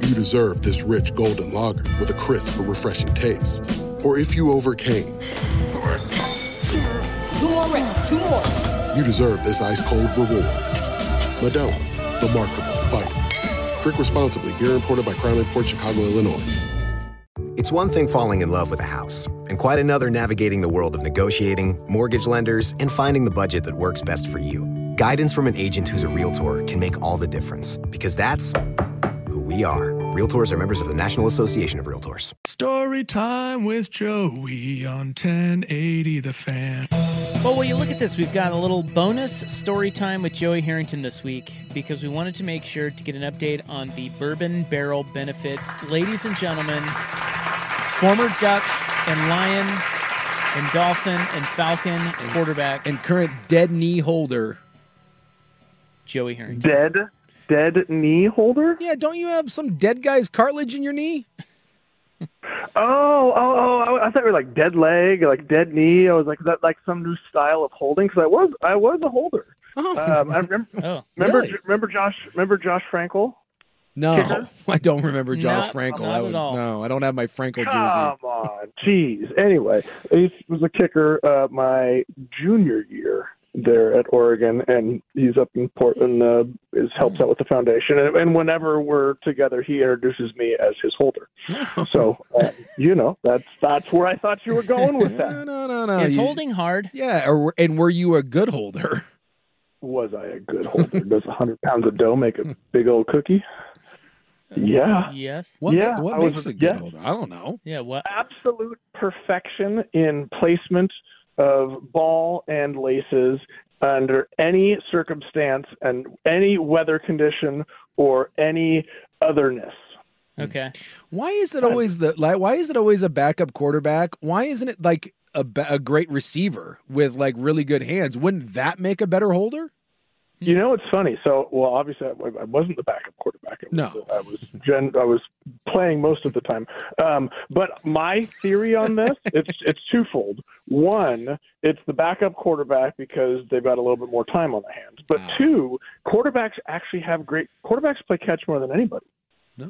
Speaker 15: you deserve this rich golden lager with a crisp but refreshing taste. Or if you overcame,
Speaker 16: Two more reps, two more.
Speaker 15: you deserve this ice cold reward. Medella, the mark of a fighter. Drink responsibly. Beer imported by Crown Port Chicago, Illinois.
Speaker 17: It's one thing falling in love with a house, and quite another navigating the world of negotiating, mortgage lenders, and finding the budget that works best for you. Guidance from an agent who's a realtor can make all the difference, because that's who we are. Realtors are members of the National Association of Realtors.
Speaker 18: Story time with Joey on 1080 The Fan.
Speaker 3: Well, will you look at this? We've got a little bonus story time with Joey Harrington this week because we wanted to make sure to get an update on the bourbon barrel benefit. Ladies and gentlemen, former Duck and Lion and Dolphin and Falcon quarterback
Speaker 4: and current dead knee holder.
Speaker 3: Joey Harrington.
Speaker 19: Dead, dead knee holder.
Speaker 4: Yeah, don't you have some dead guy's cartilage in your knee?
Speaker 10: Oh, oh, oh! I, I thought you were like dead leg, or like dead knee. I was like, is that like some new style of holding? Because I was, I was a holder. Um, I remember,
Speaker 3: Oh.
Speaker 10: remember,
Speaker 4: Oh, really?
Speaker 10: remember Josh, remember Josh Frankel.
Speaker 4: No, I don't remember Josh
Speaker 10: Not-
Speaker 4: Frankel.
Speaker 10: not
Speaker 4: I would
Speaker 10: at all.
Speaker 4: no, I don't have my Frankel jersey.
Speaker 10: Come on, jeez. Anyway, Ace was a kicker uh, my junior year there at Oregon, and he's up in Portland. Uh, is helps out with the foundation, and, and whenever we're together, he introduces me as his holder. so, uh, you know, that's that's where I thought you were going with that.
Speaker 4: No, no, no.
Speaker 10: Is
Speaker 3: holding hard?
Speaker 4: Yeah, or, and were you a good holder?
Speaker 10: Was I a good holder? Does a hundred pounds of dough make a big old cookie? Yeah.
Speaker 3: Yes.
Speaker 4: What,
Speaker 10: Yeah,
Speaker 4: ma- what
Speaker 10: I was
Speaker 4: makes
Speaker 10: a-
Speaker 4: a good
Speaker 10: yeah.
Speaker 4: holder? I don't know.
Speaker 3: Yeah. What?
Speaker 10: absolute perfection in placement of ball and laces under any circumstance and any weather condition or any otherness.
Speaker 3: Okay.
Speaker 4: Why is it always the like? Why is it always a backup quarterback? Why isn't it like a, ba- a great receiver with like really good hands? Wouldn't that make a better holder?
Speaker 10: You know, it's funny. So, well, obviously, I, I wasn't the backup quarterback. I was,
Speaker 4: No.
Speaker 10: I was gen, I was playing most of the time. Um, but my theory on this, it's it's twofold. One, it's the backup quarterback because they've got a little bit more time on their hands. But two, quarterbacks actually have great quarterbacks play catch more than anybody.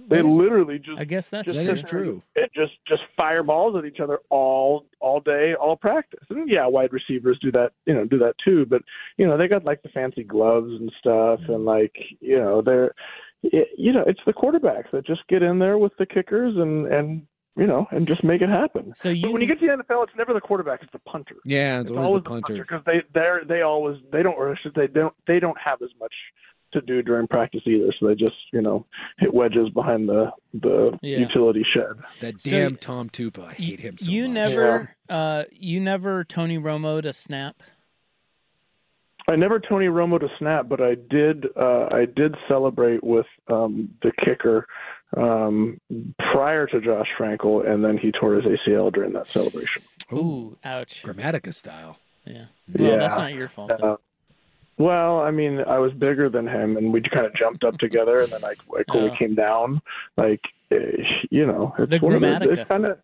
Speaker 10: they literally just
Speaker 3: I guess that's true.
Speaker 10: just sit there and- and just just fireballs at each other all all day, all practice. And yeah, wide receivers do that, you know, do that too. But you know, they got like the fancy gloves and stuff, and like you know, they're it, you know, it's the quarterbacks that just get in there with the kickers and and you know and just make it happen.
Speaker 3: So you
Speaker 10: but when you get to the NFL, it's never the quarterback; it's the punter.
Speaker 4: Yeah, it's,
Speaker 10: It's
Speaker 4: always,
Speaker 10: always
Speaker 4: the punter.
Speaker 10: because they they're they always they don't or I should say they don't they don't have as much to do during practice either so they just you know hit wedges behind the the
Speaker 3: Yeah.
Speaker 10: utility shed
Speaker 4: That
Speaker 3: So-
Speaker 4: damn Tom Tupa. I hate him so
Speaker 3: you
Speaker 4: much.
Speaker 3: never, uh, you never Tony Romo to snap.
Speaker 10: I never Tony Romo to snap, but I did. Uh, I did celebrate with um, the kicker um, prior to Josh Frankel, and then he tore his ACL during that celebration.
Speaker 3: Ooh, ouch.
Speaker 4: Grammatica style.
Speaker 3: Yeah. Well,
Speaker 10: Yeah.
Speaker 3: that's not your fault.
Speaker 10: Uh, well, I mean, I was bigger than him, and we kind of jumped up together, and then I, I coolly
Speaker 3: Yeah.
Speaker 10: came down. Like, eh, you know, it's
Speaker 3: The
Speaker 10: one of those-
Speaker 3: Grammatica.
Speaker 10: It's kind of.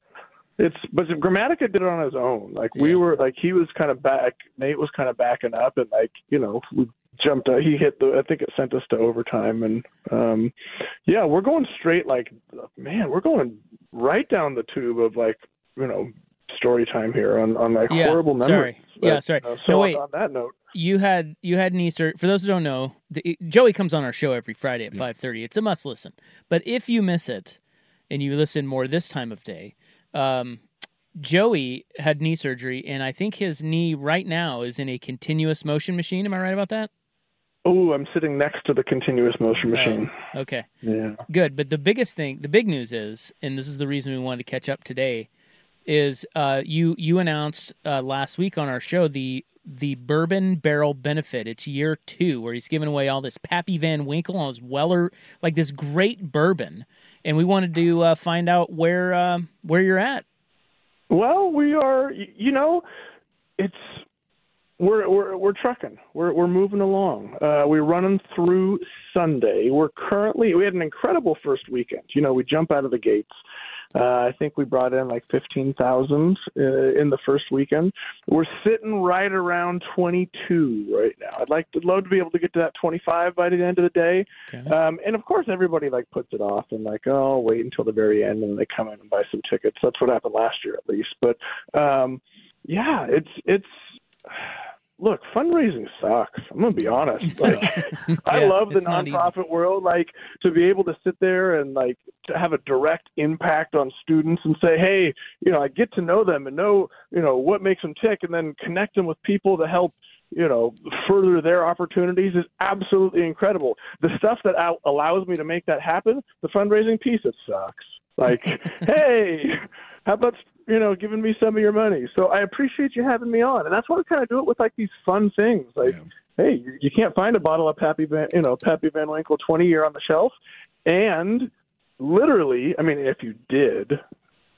Speaker 10: It's but Grammatica did it on his own. Like we were, like he was kind of back. Nate was kind of backing up, and like you know, we jumped. Out. He hit the. I think it sent us to overtime, and um, yeah, we're going straight. Like man, we're going right down the tube of like you know story time here on on like
Speaker 3: Yeah,
Speaker 10: horrible memories.
Speaker 3: sorry. Yeah, sorry.
Speaker 10: uh, so
Speaker 3: No,
Speaker 10: on-
Speaker 3: wait.
Speaker 10: on that note.
Speaker 3: you had you had knee surgery. For those who don't know, the, Joey comes on our show every Friday at five thirty. It's a must listen. But if you miss it, and you listen more this time of day, um, Joey had knee surgery, and I think his knee right now is in a continuous motion machine. Am I right about that?
Speaker 10: Oh, I'm sitting next to the continuous motion machine.
Speaker 3: Okay.
Speaker 10: Yeah.
Speaker 3: Good. But the biggest thing, the big news is, and this is the reason we wanted to catch up today, is uh, you you announced uh, last week on our show the the Bourbon Barrel Benefit. It's year two where he's giving away all this Pappy Van Winkle, all his Weller, like this great bourbon, and we wanted to uh, find out where um where you're at.
Speaker 10: Well, we are. y- You know, it's we're we're we're trucking. We're we're moving along. Uh, we're running through Sunday. We're currently we had an incredible first weekend. You know, we jump out of the gates. Uh, I think we brought in like fifteen thousand uh, in the first weekend. We're sitting right around twenty-two right now. I'd like to love to be able to get to that twenty-five by the end of the day.
Speaker 3: Mm-hmm.
Speaker 10: Um, and of course, everybody like puts it off and like, oh, wait until the very end, and then they come in and buy some tickets. That's what happened last year, at least. But um, yeah, it's it's look, fundraising sucks. I'm gonna be honest. Like, I
Speaker 7: Yeah,
Speaker 10: love the
Speaker 7: it's not easy.
Speaker 10: nonprofit world. Like to be able to sit there and like to have a direct impact on students and say, hey, you know, I get to know them and know you know what makes them tick, and then connect them with people to help you know, further their opportunities is absolutely incredible. The stuff that al- allows me to make that happen, the fundraising piece, it sucks. Like, hey, how about you know giving me some of your money? So I appreciate you having me on, and that's what I kind of do it with like these fun things. Like, hey, you, you can't find a bottle of Pappy Van, you know, Pappy Van Winkle 20 year on the shelf, and literally, I mean, if you did,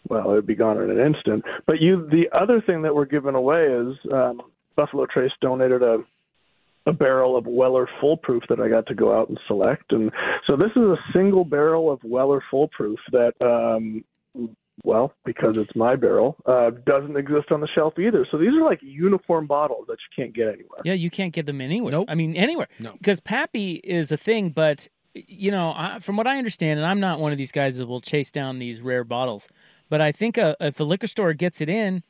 Speaker 10: well, it'd be gone in an instant. But you, the other thing that we're giving away is um, Buffalo Trace donated a a barrel of Weller Full Proof that I got to go out and select, and so this is a single barrel of Weller Full Proof that um, Well, because it's my barrel, uh, doesn't exist on the shelf either. So these are like uniform bottles that you can't get anywhere.
Speaker 3: Yeah, you can't get them anywhere. Nope. I mean, anywhere. No. Because Pappy is a thing, but, you know, I, from what I understand, and I'm not one of these guys that will chase down these rare bottles, but I think a, if a liquor store gets it in,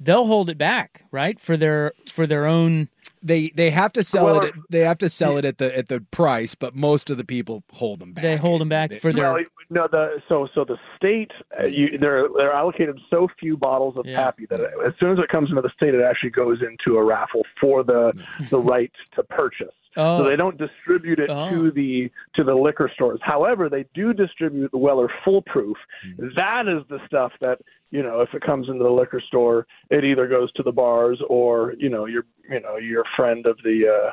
Speaker 3: they'll hold it back, right? For their for their own
Speaker 4: They they have to sell it. At, they have to sell it at the at the price, but most of the people hold them back.
Speaker 3: they hold them back for their
Speaker 10: Well, no, the so so the state uh, you, they're they're allocated so few bottles of Pappy that it, as soon as it comes into the state, it actually goes into a raffle for the the right to purchase.
Speaker 3: Oh.
Speaker 10: So they don't distribute it to the to the liquor stores. However, they do distribute the Weller Foolproof.
Speaker 3: Hmm.
Speaker 10: That is the stuff that you know if it comes into the liquor store, it either goes to the bars or you know your you know your friend of the. Uh,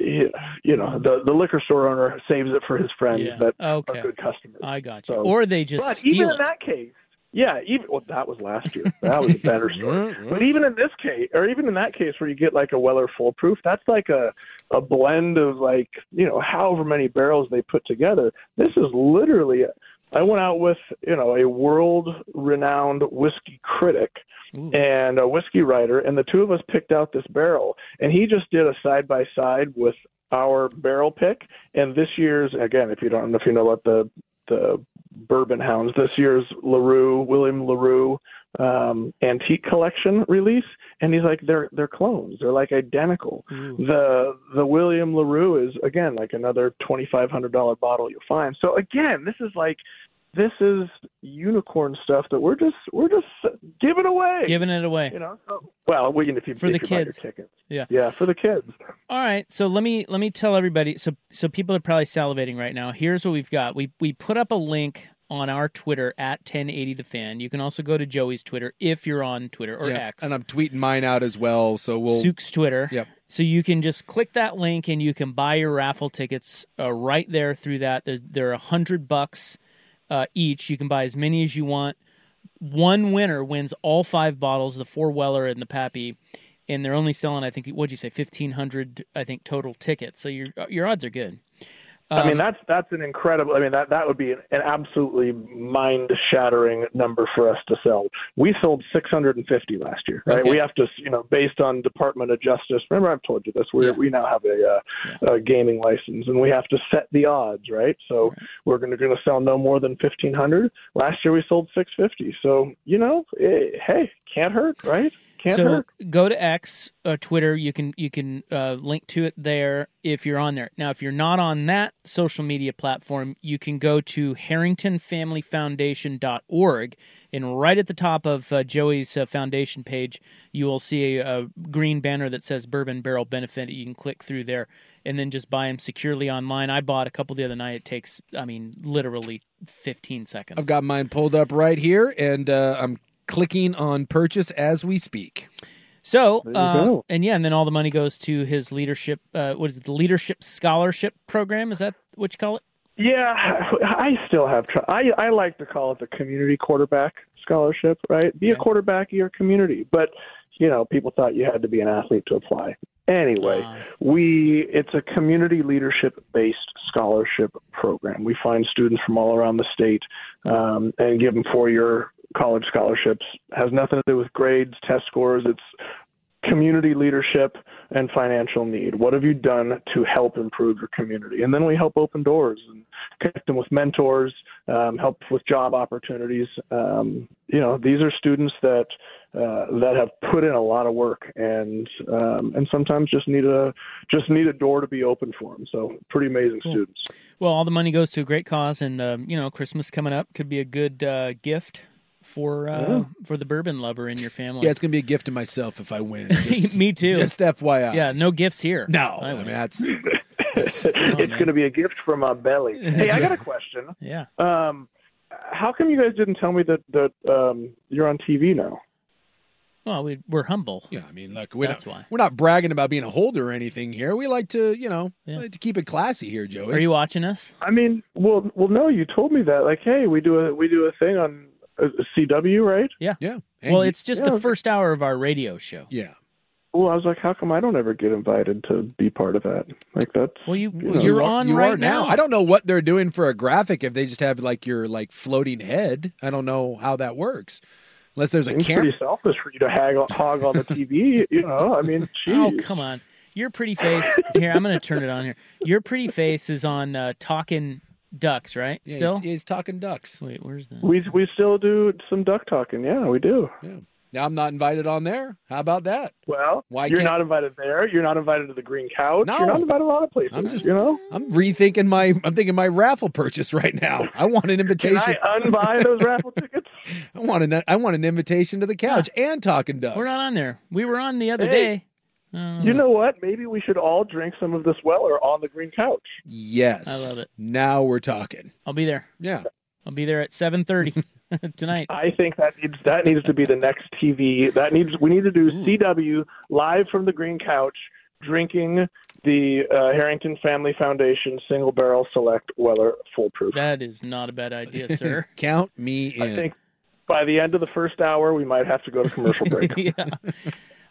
Speaker 10: you know the the liquor store owner saves it for his friends
Speaker 3: Yeah.
Speaker 10: that
Speaker 3: Okay.
Speaker 10: are good customers.
Speaker 3: I got you.
Speaker 10: So-
Speaker 3: or they just
Speaker 10: but
Speaker 3: steal
Speaker 10: even in
Speaker 3: it.
Speaker 10: that case, yeah, even well, that was last year. That was a better story. but even in this case, or even in that case, where you get like a Weller full proof, that's like a a blend of like you know however many barrels they put together. This is literally. I went out with you know a world renowned whiskey critic and a whiskey writer, and the two of us picked out this barrel, and he just did a side by side with our barrel pick and this year's again if you don't I don't know if you know about the the bourbon hounds this year's larue william larue um, antique collection release and he's like they're they're clones they're like identical the the william larue is again like another twenty five hundred dollar bottle you'll find so again this is like this is unicorn stuff that we're just we're just giving away
Speaker 3: Giving it away.
Speaker 10: you know so, well we- if you
Speaker 3: For the
Speaker 10: if you buy your
Speaker 3: kids.
Speaker 10: tickets
Speaker 3: Yeah.
Speaker 10: yeah for the kids
Speaker 3: All right, so let me let me tell everybody. So so people are probably salivating right now. Here's what we've got. We we put up a link on our Twitter at 1080 the fan. You can also go to Joey's Twitter if you're on Twitter or
Speaker 4: Yeah,
Speaker 3: X.
Speaker 4: And I'm tweeting mine out as well. So we'll
Speaker 3: Sook's Twitter.
Speaker 4: Yep.
Speaker 3: So you can just click that link and you can buy your raffle tickets uh, right there through that. There's, they're a hundred bucks uh, each. You can buy as many as you want. One winner wins all five bottles, the four Weller and the Pappy, and they're only selling, I think, what'd you say, fifteen hundred? I think total tickets. So your uh, your odds are good.
Speaker 10: I mean
Speaker 3: Um,
Speaker 10: that's that's an incredible. I mean that that would be an, an absolutely mind shattering number for us to sell. We sold 650 last year, right?
Speaker 3: Okay.
Speaker 10: We have to, you know, based on Department of Justice. Remember, I've told you this. We
Speaker 3: Yeah.
Speaker 10: we now have a, uh, a gaming license, and we have to set the odds, right? So we're going to going to sell no more than 1500. Last year we sold 650. So you know, eh, hey, can't hurt, right? Can't
Speaker 3: so
Speaker 10: hurt.
Speaker 3: go to X uh, Twitter. You can you can uh, link to it there if you're on there. Now, if you're not on that social media platform, you can go to HarringtonFamilyFoundation.org, and right at the top of uh, Joey's uh, foundation page, you will see a, a green banner that says Bourbon Barrel Benefit. You can click through there, and then just buy them securely online. I bought a couple the other night. It takes, I mean, literally 15 seconds.
Speaker 4: I've got mine pulled up right here, and uh, I'm clicking on purchase as we speak.
Speaker 3: So,
Speaker 4: There you
Speaker 3: uh,
Speaker 4: go.
Speaker 3: and yeah, and then all the money goes to his leadership. Uh, what is it? The leadership scholarship program? Is that what you call it?
Speaker 10: Yeah, I still have. Tr- I I like to call it the community quarterback scholarship. Right, be a quarterback of your community. But you know, people thought you had to be an athlete to apply. Anyway, we it's a community leadership based scholarship program. We find students from all around the state um, and give them four year college scholarships. has nothing to do with grades, test scores. It's community leadership and financial need. What have you done to help improve your community? And then we help open doors and connect them with mentors, um, help with job opportunities. Um, you know, these are students that uh, that have put in a lot of work and um, and sometimes just need a just need a door to be open for them. So pretty amazing students.
Speaker 3: Well, all the money goes to a great cause, and um, you know, Christmas coming up could be a good uh, gift for uh,
Speaker 4: Yeah.
Speaker 3: for the bourbon lover in your family.
Speaker 4: Yeah, it's gonna be a gift to myself if I win. Just,
Speaker 3: me too.
Speaker 4: just FYI.
Speaker 3: yeah, no gifts here.
Speaker 4: No,
Speaker 3: I
Speaker 4: I
Speaker 3: would.
Speaker 4: mean, that's
Speaker 10: it's going to be a gift from our belly. Hey, I got a question.
Speaker 3: Yeah.
Speaker 10: Um, how come you guys didn't tell me that that um, you're on TV now?
Speaker 3: Well, we, we're humble.
Speaker 4: Yeah, I mean, look, we're
Speaker 3: That's
Speaker 4: not,
Speaker 3: why.
Speaker 4: we're not bragging about being a holder or anything here. We like to, you know, like to keep it classy here, Joey.
Speaker 3: Are you watching us?
Speaker 10: I mean, well, well, no, you told me that. Like, hey, we do a we do a thing on uh, CW, right?
Speaker 3: Yeah,
Speaker 4: yeah.
Speaker 3: well, it's just
Speaker 10: Yeah,
Speaker 3: the first hour of our radio show.
Speaker 4: Yeah.
Speaker 10: well, I was like, how come I don't ever get invited to be part of that? Like that's
Speaker 3: well, you,
Speaker 10: you know,
Speaker 3: you're on
Speaker 4: you
Speaker 3: right
Speaker 4: are now.
Speaker 3: now.
Speaker 4: I don't know what they're doing for a graphic if they just have like your like floating head. I don't know how that works. Unless there's a
Speaker 10: It's
Speaker 4: camera.
Speaker 10: pretty selfish for you to hag, hog on the TV. you know, I mean,
Speaker 3: Oh,
Speaker 10: geez.
Speaker 3: come on. Your pretty face. Here, I'm going to turn it on here. Your pretty face is on uh, Talking Ducks, right?
Speaker 4: Yeah,
Speaker 3: Still?
Speaker 4: he's, he's talking ducks.
Speaker 3: Wait, where's that?
Speaker 10: we we still do some duck talking. Yeah, we do.
Speaker 4: Now I'm not invited on there. How about that?
Speaker 10: Well,
Speaker 4: Why
Speaker 10: you're
Speaker 4: can't-
Speaker 10: not invited there. You're not invited to the green couch.
Speaker 4: No.
Speaker 10: You're not invited to a lot of places.
Speaker 4: I'm just-
Speaker 10: you know.
Speaker 4: I'm rethinking my I'm thinking my raffle purchase right now. I want an
Speaker 10: Can
Speaker 4: invitation.
Speaker 10: I unbuy those raffle tickets?
Speaker 4: I want an I want an invitation to the couch and talking ducks.
Speaker 3: We're not on there. We were on the other
Speaker 10: Hey.
Speaker 3: day. Uh, No, no,
Speaker 10: You
Speaker 3: no.
Speaker 10: know what? Maybe we should all drink some of this Weller on the green couch.
Speaker 4: Yes.
Speaker 3: I love it.
Speaker 4: Now we're talking.
Speaker 3: I'll be there.
Speaker 4: Yeah.
Speaker 3: I'll be there at 7:30 tonight.
Speaker 10: I think that needs that needs to be the next TV. That needs we need to do CW live from the green couch, drinking the uh, Harrington Family Foundation Single Barrel Select Weller Foolproof.
Speaker 3: That is not a bad idea, sir.
Speaker 4: Count me in.
Speaker 10: I think by the end of the first hour, we might have to go to commercial break.
Speaker 3: yeah.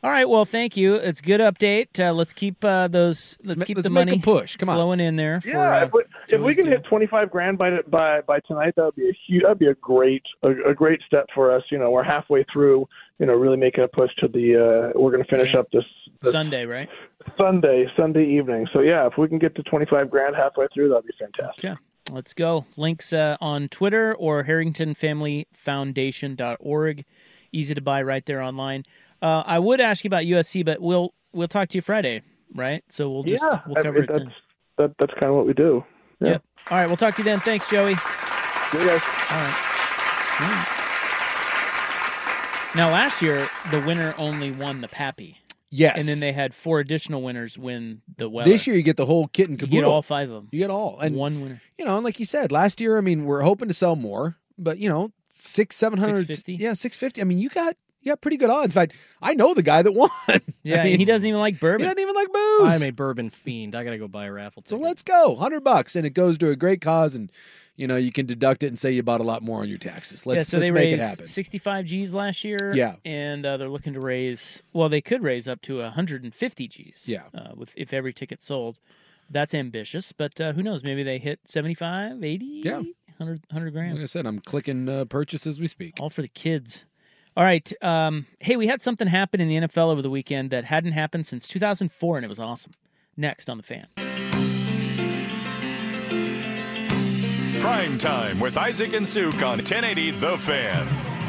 Speaker 3: All right. Well, thank you. It's a good update. Uh, let's keep uh, those. Let's,
Speaker 4: ma-
Speaker 3: keep
Speaker 4: let's
Speaker 3: the
Speaker 4: make a
Speaker 3: money
Speaker 4: push. Come on.
Speaker 3: flowing in there. For,
Speaker 10: Yeah,
Speaker 3: uh,
Speaker 10: if we, if we
Speaker 3: Joey's
Speaker 10: can
Speaker 3: deal.
Speaker 10: hit twenty five grand by by by tonight, that would be a huge, that'd be a great a, a great step for us. You know, we're halfway through. You know, really making a push to the. Uh, we're going to finish up this, this
Speaker 3: Sunday, right?
Speaker 10: Sunday Sunday evening. So yeah, if we can get to twenty five grand halfway through, that'd be fantastic.
Speaker 3: Yeah. Let's go. Links uh, on Twitter or harringtonfamilyfoundation.org. Easy to buy right there online. Uh, I would ask you about USC, but we'll we'll talk to you Friday, right? So we'll just
Speaker 10: yeah,
Speaker 3: we'll
Speaker 10: I-
Speaker 3: cover it
Speaker 10: that's
Speaker 3: then.
Speaker 10: that, that's kind of what we do. Yeah.
Speaker 3: Yep. All right. We'll talk to you then. Thanks, Joey.
Speaker 10: You guys-
Speaker 3: All right. All right. Now, last year, the winner only won the Pappy.
Speaker 4: Yes.
Speaker 3: And then they had four additional winners win the Weller.
Speaker 4: This year you get the whole kit and
Speaker 3: you
Speaker 4: caboodle.
Speaker 3: get all five of them.
Speaker 4: You get all. And
Speaker 3: One winner.
Speaker 4: you know, and like you said, last year, I mean, we're hoping to sell more, but you know, six, seven hundred,
Speaker 3: 650?
Speaker 4: yeah, six fifty. I mean, you got you got pretty good odds. In fact, I know the guy that won.
Speaker 3: Yeah,
Speaker 4: I mean,
Speaker 3: he doesn't even like
Speaker 4: he
Speaker 3: bourbon.
Speaker 4: doesn't even like booze.
Speaker 11: I'm a bourbon fiend. I gotta go buy a raffle
Speaker 4: so
Speaker 11: ticket.
Speaker 4: let's go, hundred bucks, and it goes to a great cause, and you know, you can deduct it and say you bought a lot more on your taxes. Let's
Speaker 3: yeah, so
Speaker 4: let's
Speaker 3: they
Speaker 4: make it
Speaker 3: raised
Speaker 4: happen.
Speaker 3: 65 G's last year.
Speaker 4: Yeah.
Speaker 3: And uh, they're looking to raise, well, they could raise up to 150 G's.
Speaker 4: Yeah.
Speaker 3: Uh, with If every ticket sold. That's ambitious, but uh, who knows? Maybe they hit 75, 80,
Speaker 4: Yeah.
Speaker 3: 100, 100 grand.
Speaker 4: Like I said, I'm clicking uh, purchase as we speak.
Speaker 3: All for the kids. All right. Um, hey, we had something happen in the NFL over the weekend that hadn't happened since 2004, and it was awesome. Next on the fan.
Speaker 8: Prime time with Isaac and Suk on 1080 The Fan.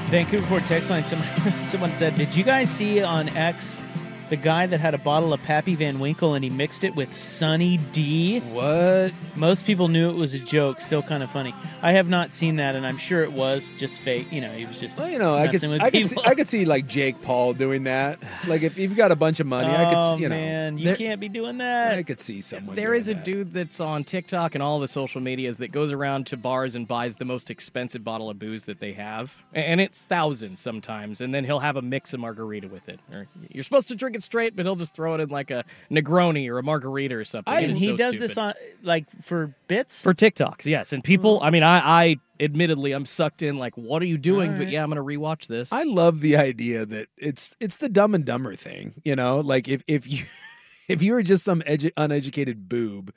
Speaker 3: Vancouver Ford text line. Someone, someone said, "Did you guys see on X the guy that had a bottle of Pappy Van Winkle and he mixed it with Sunny D?"
Speaker 4: What?
Speaker 3: Most people knew it was a joke. Still kind of funny. I have not seen that, and I'm sure it was just fake. You know, he was just.
Speaker 4: Well, you know, I could,
Speaker 3: messing with
Speaker 4: I could, see,
Speaker 3: people.
Speaker 4: I could see like Jake Paul doing that. Like if you've got a bunch of money, I could,
Speaker 3: Oh,
Speaker 4: s- you know,
Speaker 3: man, you
Speaker 4: there-
Speaker 3: can't be doing that.
Speaker 4: I could see someone.
Speaker 11: There
Speaker 4: doing
Speaker 11: is a
Speaker 4: that.
Speaker 11: dude that's on TikTok and all the social medias that goes around to bars and buys the most expensive bottle of booze that they have, A- and it's thousands sometimes. And then he'll have a mix of margarita with it. Or you're supposed to drink it straight, but he'll just throw it in like a Negroni or a margarita or something.
Speaker 3: I,
Speaker 11: It is
Speaker 3: he
Speaker 11: so
Speaker 3: does
Speaker 11: stupid.
Speaker 3: this on like for bits. Oh.
Speaker 11: for TikToks, yes. And people, I mean, I, I admittedly, I'm sucked in. Like, what are you doing? But yeah, I'm gonna rewatch this.
Speaker 4: I love the idea that it's it's the dumb and dumber thing, you know? Like if if you if you were just some edu- uneducated boob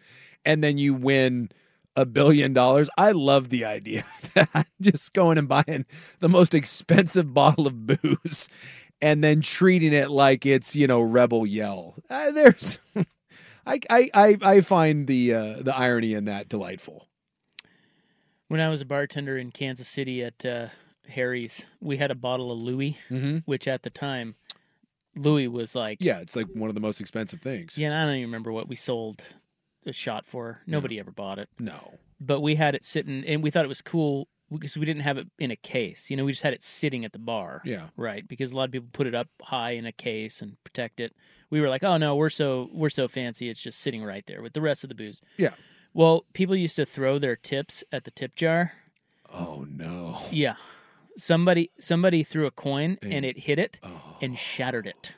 Speaker 4: and then you win a billion dollars, I love the idea of that. just going and buying the most expensive bottle of booze and then treating it like it's, you know, rebel yell. Uh, there's I, I I I find the uh, the irony in that delightful.
Speaker 3: When I was a bartender in Kansas City at uh, Harry's, we had a bottle of Louis,
Speaker 4: Mhm.
Speaker 3: which at the time, Louis was like,
Speaker 4: Yeah, it's like one of the most expensive things.
Speaker 3: yeah, and I don't even remember what we sold a shot for. Nobody ever bought it,
Speaker 4: No.
Speaker 3: but we had it sitting, and we thought it was cool because we didn't have it in a case. You know, we just had it sitting at the bar.
Speaker 4: Yeah.
Speaker 3: right. Because a lot of people put it up high in a case and protect it. We were like, oh no, we're so we're so fancy. It's just sitting right there with the rest of the booze.
Speaker 4: Yeah.
Speaker 3: Well, people used to throw their tips at the tip jar.
Speaker 4: Oh no.
Speaker 3: Yeah. Somebody somebody threw a coin and it hit it
Speaker 4: Oh.
Speaker 3: and shattered it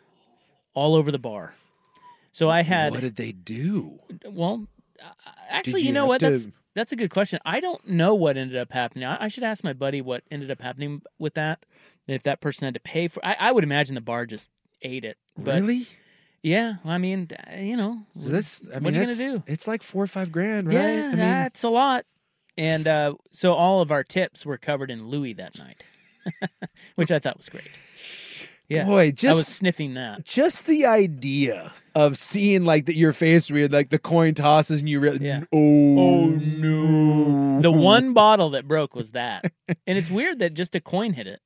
Speaker 3: all over the bar. So I had
Speaker 4: What did they do?
Speaker 3: well uh, actually
Speaker 4: you
Speaker 3: you, know
Speaker 4: have
Speaker 3: what
Speaker 4: to-
Speaker 3: that's that's a good question. I don't know what ended up happening. I, I should ask my buddy what ended up happening with that and if that person had to pay for I, I would imagine the bar just ate it. But
Speaker 4: really?
Speaker 3: Yeah, well, I mean, th- you know,
Speaker 4: This, I mean,
Speaker 3: what are you gonna
Speaker 4: it's-
Speaker 3: do?
Speaker 4: It's like four or five grand, right?
Speaker 3: Yeah,
Speaker 4: I mean,
Speaker 3: that's a lot. And uh, so all of our tips were covered in Louis that night, which I thought was great. Yeah,
Speaker 4: Boy,
Speaker 3: I was
Speaker 4: just-
Speaker 3: sniffing that.
Speaker 4: just the idea of seeing like that your face weird, like the coin tosses and you realize, oh, no,
Speaker 3: The one bottle that broke was that, and it's weird that just a coin hit it.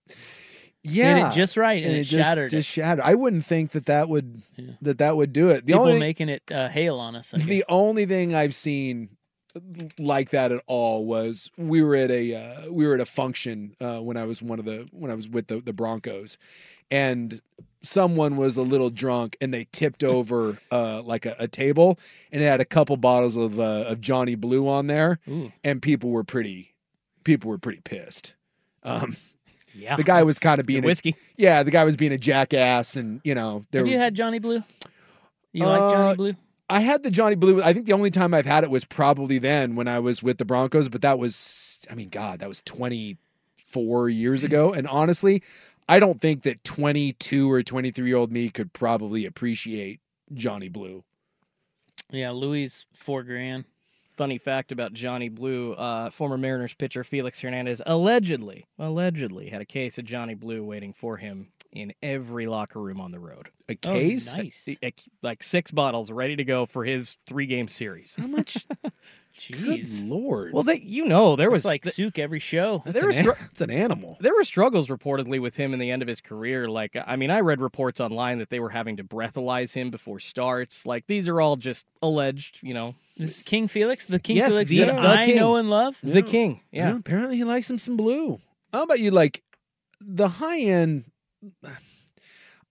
Speaker 4: yeah,
Speaker 3: hit it just right, and, it,
Speaker 4: just,
Speaker 3: shattered.
Speaker 4: just shattered. I wouldn't think that that would that that would do it.
Speaker 3: it.
Speaker 4: The
Speaker 3: People
Speaker 4: only
Speaker 3: making it uh, hail on us. I guess.
Speaker 4: the only thing I've seen uh, like that at all was we were at a uh, we were at a function uh, when I was one of the when I was with the the Broncos, and someone was a little drunk and they tipped over uh, like a, a table and it had a couple bottles of uh, of Johnny Blue on there,
Speaker 3: Ooh.
Speaker 4: and people were pretty people were pretty pissed. Um,
Speaker 3: Yeah.
Speaker 4: the guy was kind of
Speaker 3: It's good
Speaker 4: being a-
Speaker 3: whiskey.
Speaker 4: yeah, the guy was being a jackass, and you know there
Speaker 3: Have you had Johnny Blue? You like Johnny
Speaker 4: Uh,
Speaker 3: Blue?
Speaker 4: I had the Johnny Blue. I think the only time I've had it was probably then when I was with the Broncos, but that was, I mean, God, that was 24 years
Speaker 11: Mm-hmm.
Speaker 4: ago. And honestly, I don't think that 22 or 23 year old me could probably appreciate Johnny Blue.
Speaker 3: Yeah, Louis four grand.
Speaker 11: Funny fact about Johnny Blue, uh, former Mariners pitcher Felix Hernandez allegedly, allegedly had a case of Johnny Blue waiting for him in every locker room on the road.
Speaker 4: A
Speaker 3: Oh,
Speaker 4: case? nice.
Speaker 11: A- a- like six bottles ready to go for his three game series.
Speaker 4: How much?
Speaker 3: Jeez.
Speaker 4: Good Lord.
Speaker 11: Well, they, you know, there
Speaker 3: That's
Speaker 11: was
Speaker 3: like
Speaker 11: th-
Speaker 3: Souk every show.
Speaker 11: there was str-
Speaker 4: It's an animal.
Speaker 11: There were struggles reportedly with him in the end of his career. Like, I mean, I read reports online that they were having to breathalyze him before starts. Like, these are all just alleged, you know.
Speaker 3: This is King Felix, the King
Speaker 11: Yes,
Speaker 3: Felix
Speaker 11: the-
Speaker 3: that
Speaker 11: the
Speaker 3: I
Speaker 11: king.
Speaker 3: know and love.
Speaker 11: The king, yeah.
Speaker 4: apparently he likes him some blue. How about you? Like the high end,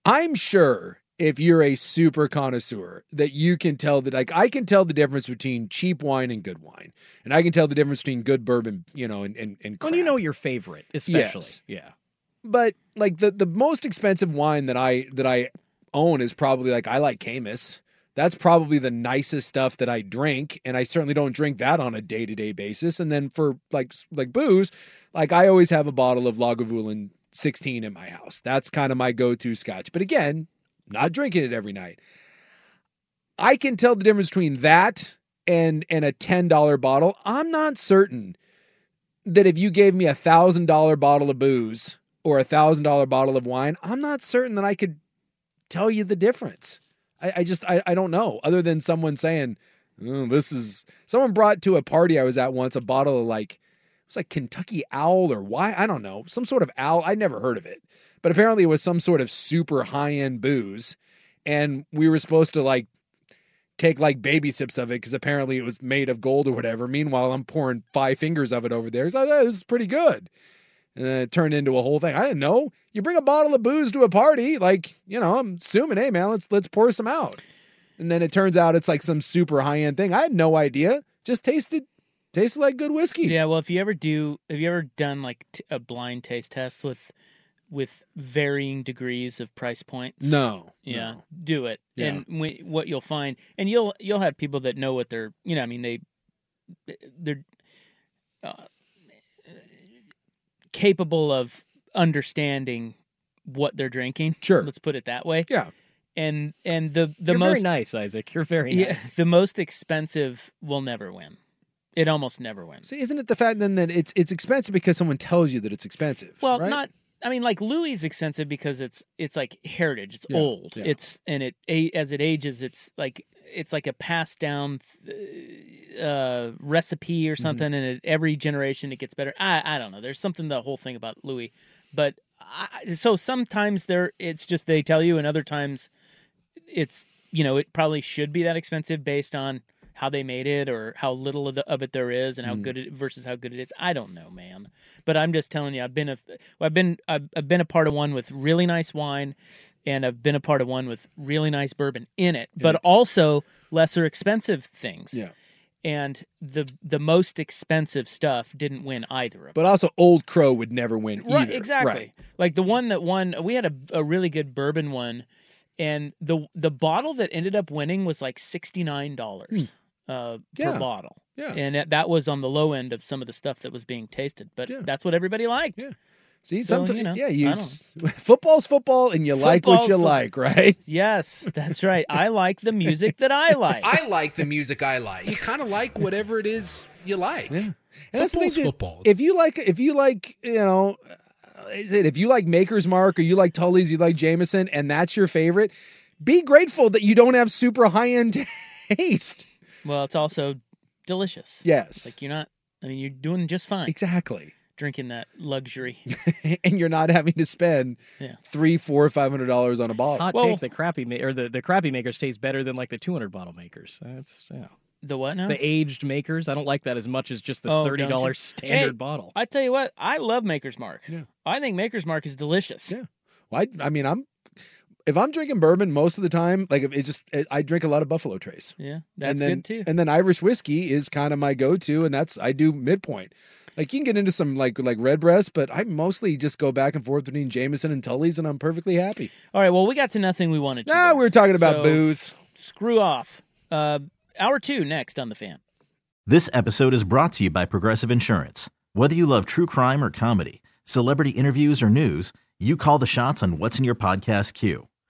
Speaker 4: I'm sure if you're a super connoisseur that you can tell that, like, I can tell the difference between cheap wine and good wine. And I can tell the difference between good bourbon, you know, and, and, and
Speaker 11: Well, you know your favorite, especially.
Speaker 4: Yes.
Speaker 11: Yeah.
Speaker 4: but like the the most expensive wine that I that I own is probably like I like Camus. That's probably the nicest stuff that I drink, and I certainly don't drink that on a day to day basis. And then for like s- like booze, like I always have a bottle of Lagavulin 16 in my house. That's kind of my go to scotch. But again, not drinking it every night. I can tell the difference between that and and a ten dollar bottle. I'm not certain that if you gave me a thousand dollar bottle of booze or a thousand dollar bottle of wine, I'm not certain that I could tell you the difference. I, I just I, I don't know. Other than someone saying, "Mm, "This is," someone brought to a party I was at once a bottle of like it was like Kentucky Owl or why I don't know some sort of owl. I never heard of it, but apparently it was some sort of super high end booze, and we were supposed to like take like baby sips of it because apparently it was made of gold or whatever. Meanwhile, I'm pouring five fingers of it over there. He's like, "Oh, this is pretty good. And then it turned into a whole thing. I didn't know. You bring a bottle of booze to a party, like, you know, I'm assuming, hey man, let's let's pour some out. And then it turns out it's like some super high end thing. I had no idea. Just tasted tasted like good whiskey.
Speaker 3: Yeah, well, if you ever do, have you ever done like t- a blind taste test with with varying degrees of price points?
Speaker 4: No,
Speaker 3: Yeah, do it,
Speaker 4: Yeah.
Speaker 3: and w- what you'll find, and you'll you'll have people that know what they're, you know, I mean they they're uh, capable of understanding what they're drinking.
Speaker 4: Sure,
Speaker 3: let's put it that way.
Speaker 4: Yeah,
Speaker 3: and and the the
Speaker 11: You're
Speaker 3: most
Speaker 11: very nice, Isaac. You're very
Speaker 3: yeah,
Speaker 11: nice.
Speaker 3: the most expensive will never win. It almost never wins.
Speaker 4: So isn't it the fact then that it's it's expensive because someone tells you that it's expensive?
Speaker 3: Well,
Speaker 4: right?
Speaker 3: not. I mean, like Louis is expensive because it's it's like heritage. It's
Speaker 4: Yeah,
Speaker 3: old.
Speaker 4: yeah.
Speaker 3: It's and it a, as it ages, it's like it's like a passed down uh, recipe
Speaker 4: Mm-hmm.
Speaker 3: or something, and it, every generation it gets better. I I don't know. There's something the whole thing about Louis, but I, so sometimes there it's just they tell you, and other times it's you know it probably should be that expensive based on how they made it or how little of, the, of it there is and how
Speaker 4: Mm.
Speaker 3: good it versus how good it is i don't know man but i'm just telling you i've been a well, i've been I've, I've been a part of one with really nice wine and i've been a part of one with really nice bourbon in it but also lesser expensive things
Speaker 4: Yeah.
Speaker 3: and the the most expensive stuff didn't win either of them
Speaker 4: But also Old Crow would never win either.
Speaker 3: Right, exactly.
Speaker 4: Right.
Speaker 3: Like the one that won, we had a, a really good bourbon one, and the the bottle that ended up winning was like sixty nine dollars uh,
Speaker 4: Yeah.
Speaker 3: per bottle.
Speaker 4: Yeah.
Speaker 3: and that, that was on the low end of some of the stuff that was being tasted. But that's what everybody liked.
Speaker 4: See,
Speaker 3: So,
Speaker 4: sometimes,
Speaker 3: you know,
Speaker 4: yeah,
Speaker 3: I
Speaker 4: you
Speaker 3: don't
Speaker 4: football's football, and you like what
Speaker 3: Football's
Speaker 4: you
Speaker 3: fo-
Speaker 4: like, right?
Speaker 3: Yes, that's right. I like the music that I like.
Speaker 5: I like the music I like. You kind of like whatever it is you like. Yeah.
Speaker 4: And that's the
Speaker 5: Football's
Speaker 4: thing, dude.
Speaker 5: football.
Speaker 4: If you like, if you like, you know, uh, is it- if you like Maker's Mark or you like Tully's, you like Jameson, and that's your favorite, be grateful that you don't have super high end taste.
Speaker 3: Well, it's also delicious.
Speaker 4: Yes.
Speaker 3: Like you're not, I mean, you're doing just fine.
Speaker 4: Exactly.
Speaker 3: Drinking that luxury.
Speaker 4: and you're not having to spend
Speaker 3: Yeah.
Speaker 4: three, four, five hundred dollars on a bottle.
Speaker 11: Hot take: the crappy ma- or the, the crappy makers taste better than like the 200 bottle makers. That's yeah.
Speaker 3: The what now?
Speaker 11: The aged makers. I don't like that as much as just the
Speaker 3: Oh,
Speaker 11: thirty
Speaker 3: don't you?
Speaker 11: dollars standard
Speaker 3: Hey,
Speaker 11: bottle.
Speaker 3: I tell you what, I love Maker's Mark. I think Maker's Mark is delicious.
Speaker 4: Yeah. Well, I, I mean, I'm if I'm drinking bourbon most of the time, like it just I drink a lot of Buffalo Trace.
Speaker 3: Yeah, that's
Speaker 4: and then,
Speaker 3: good too.
Speaker 4: And then Irish whiskey is kind of my go-to, and that's I do midpoint. Like you can get into some like like red breast, but I mostly just go back and forth between Jameson and Tully's, and I'm perfectly happy.
Speaker 3: All right, well, we got to nothing we wanted to.
Speaker 4: Nah, we were talking about
Speaker 3: So-
Speaker 4: booze.
Speaker 3: Screw off. Uh, hour two next on the fan.
Speaker 1: This episode is brought to you by Progressive Insurance. Whether you love true crime or comedy, celebrity interviews or news, you call the shots on what's in your podcast queue.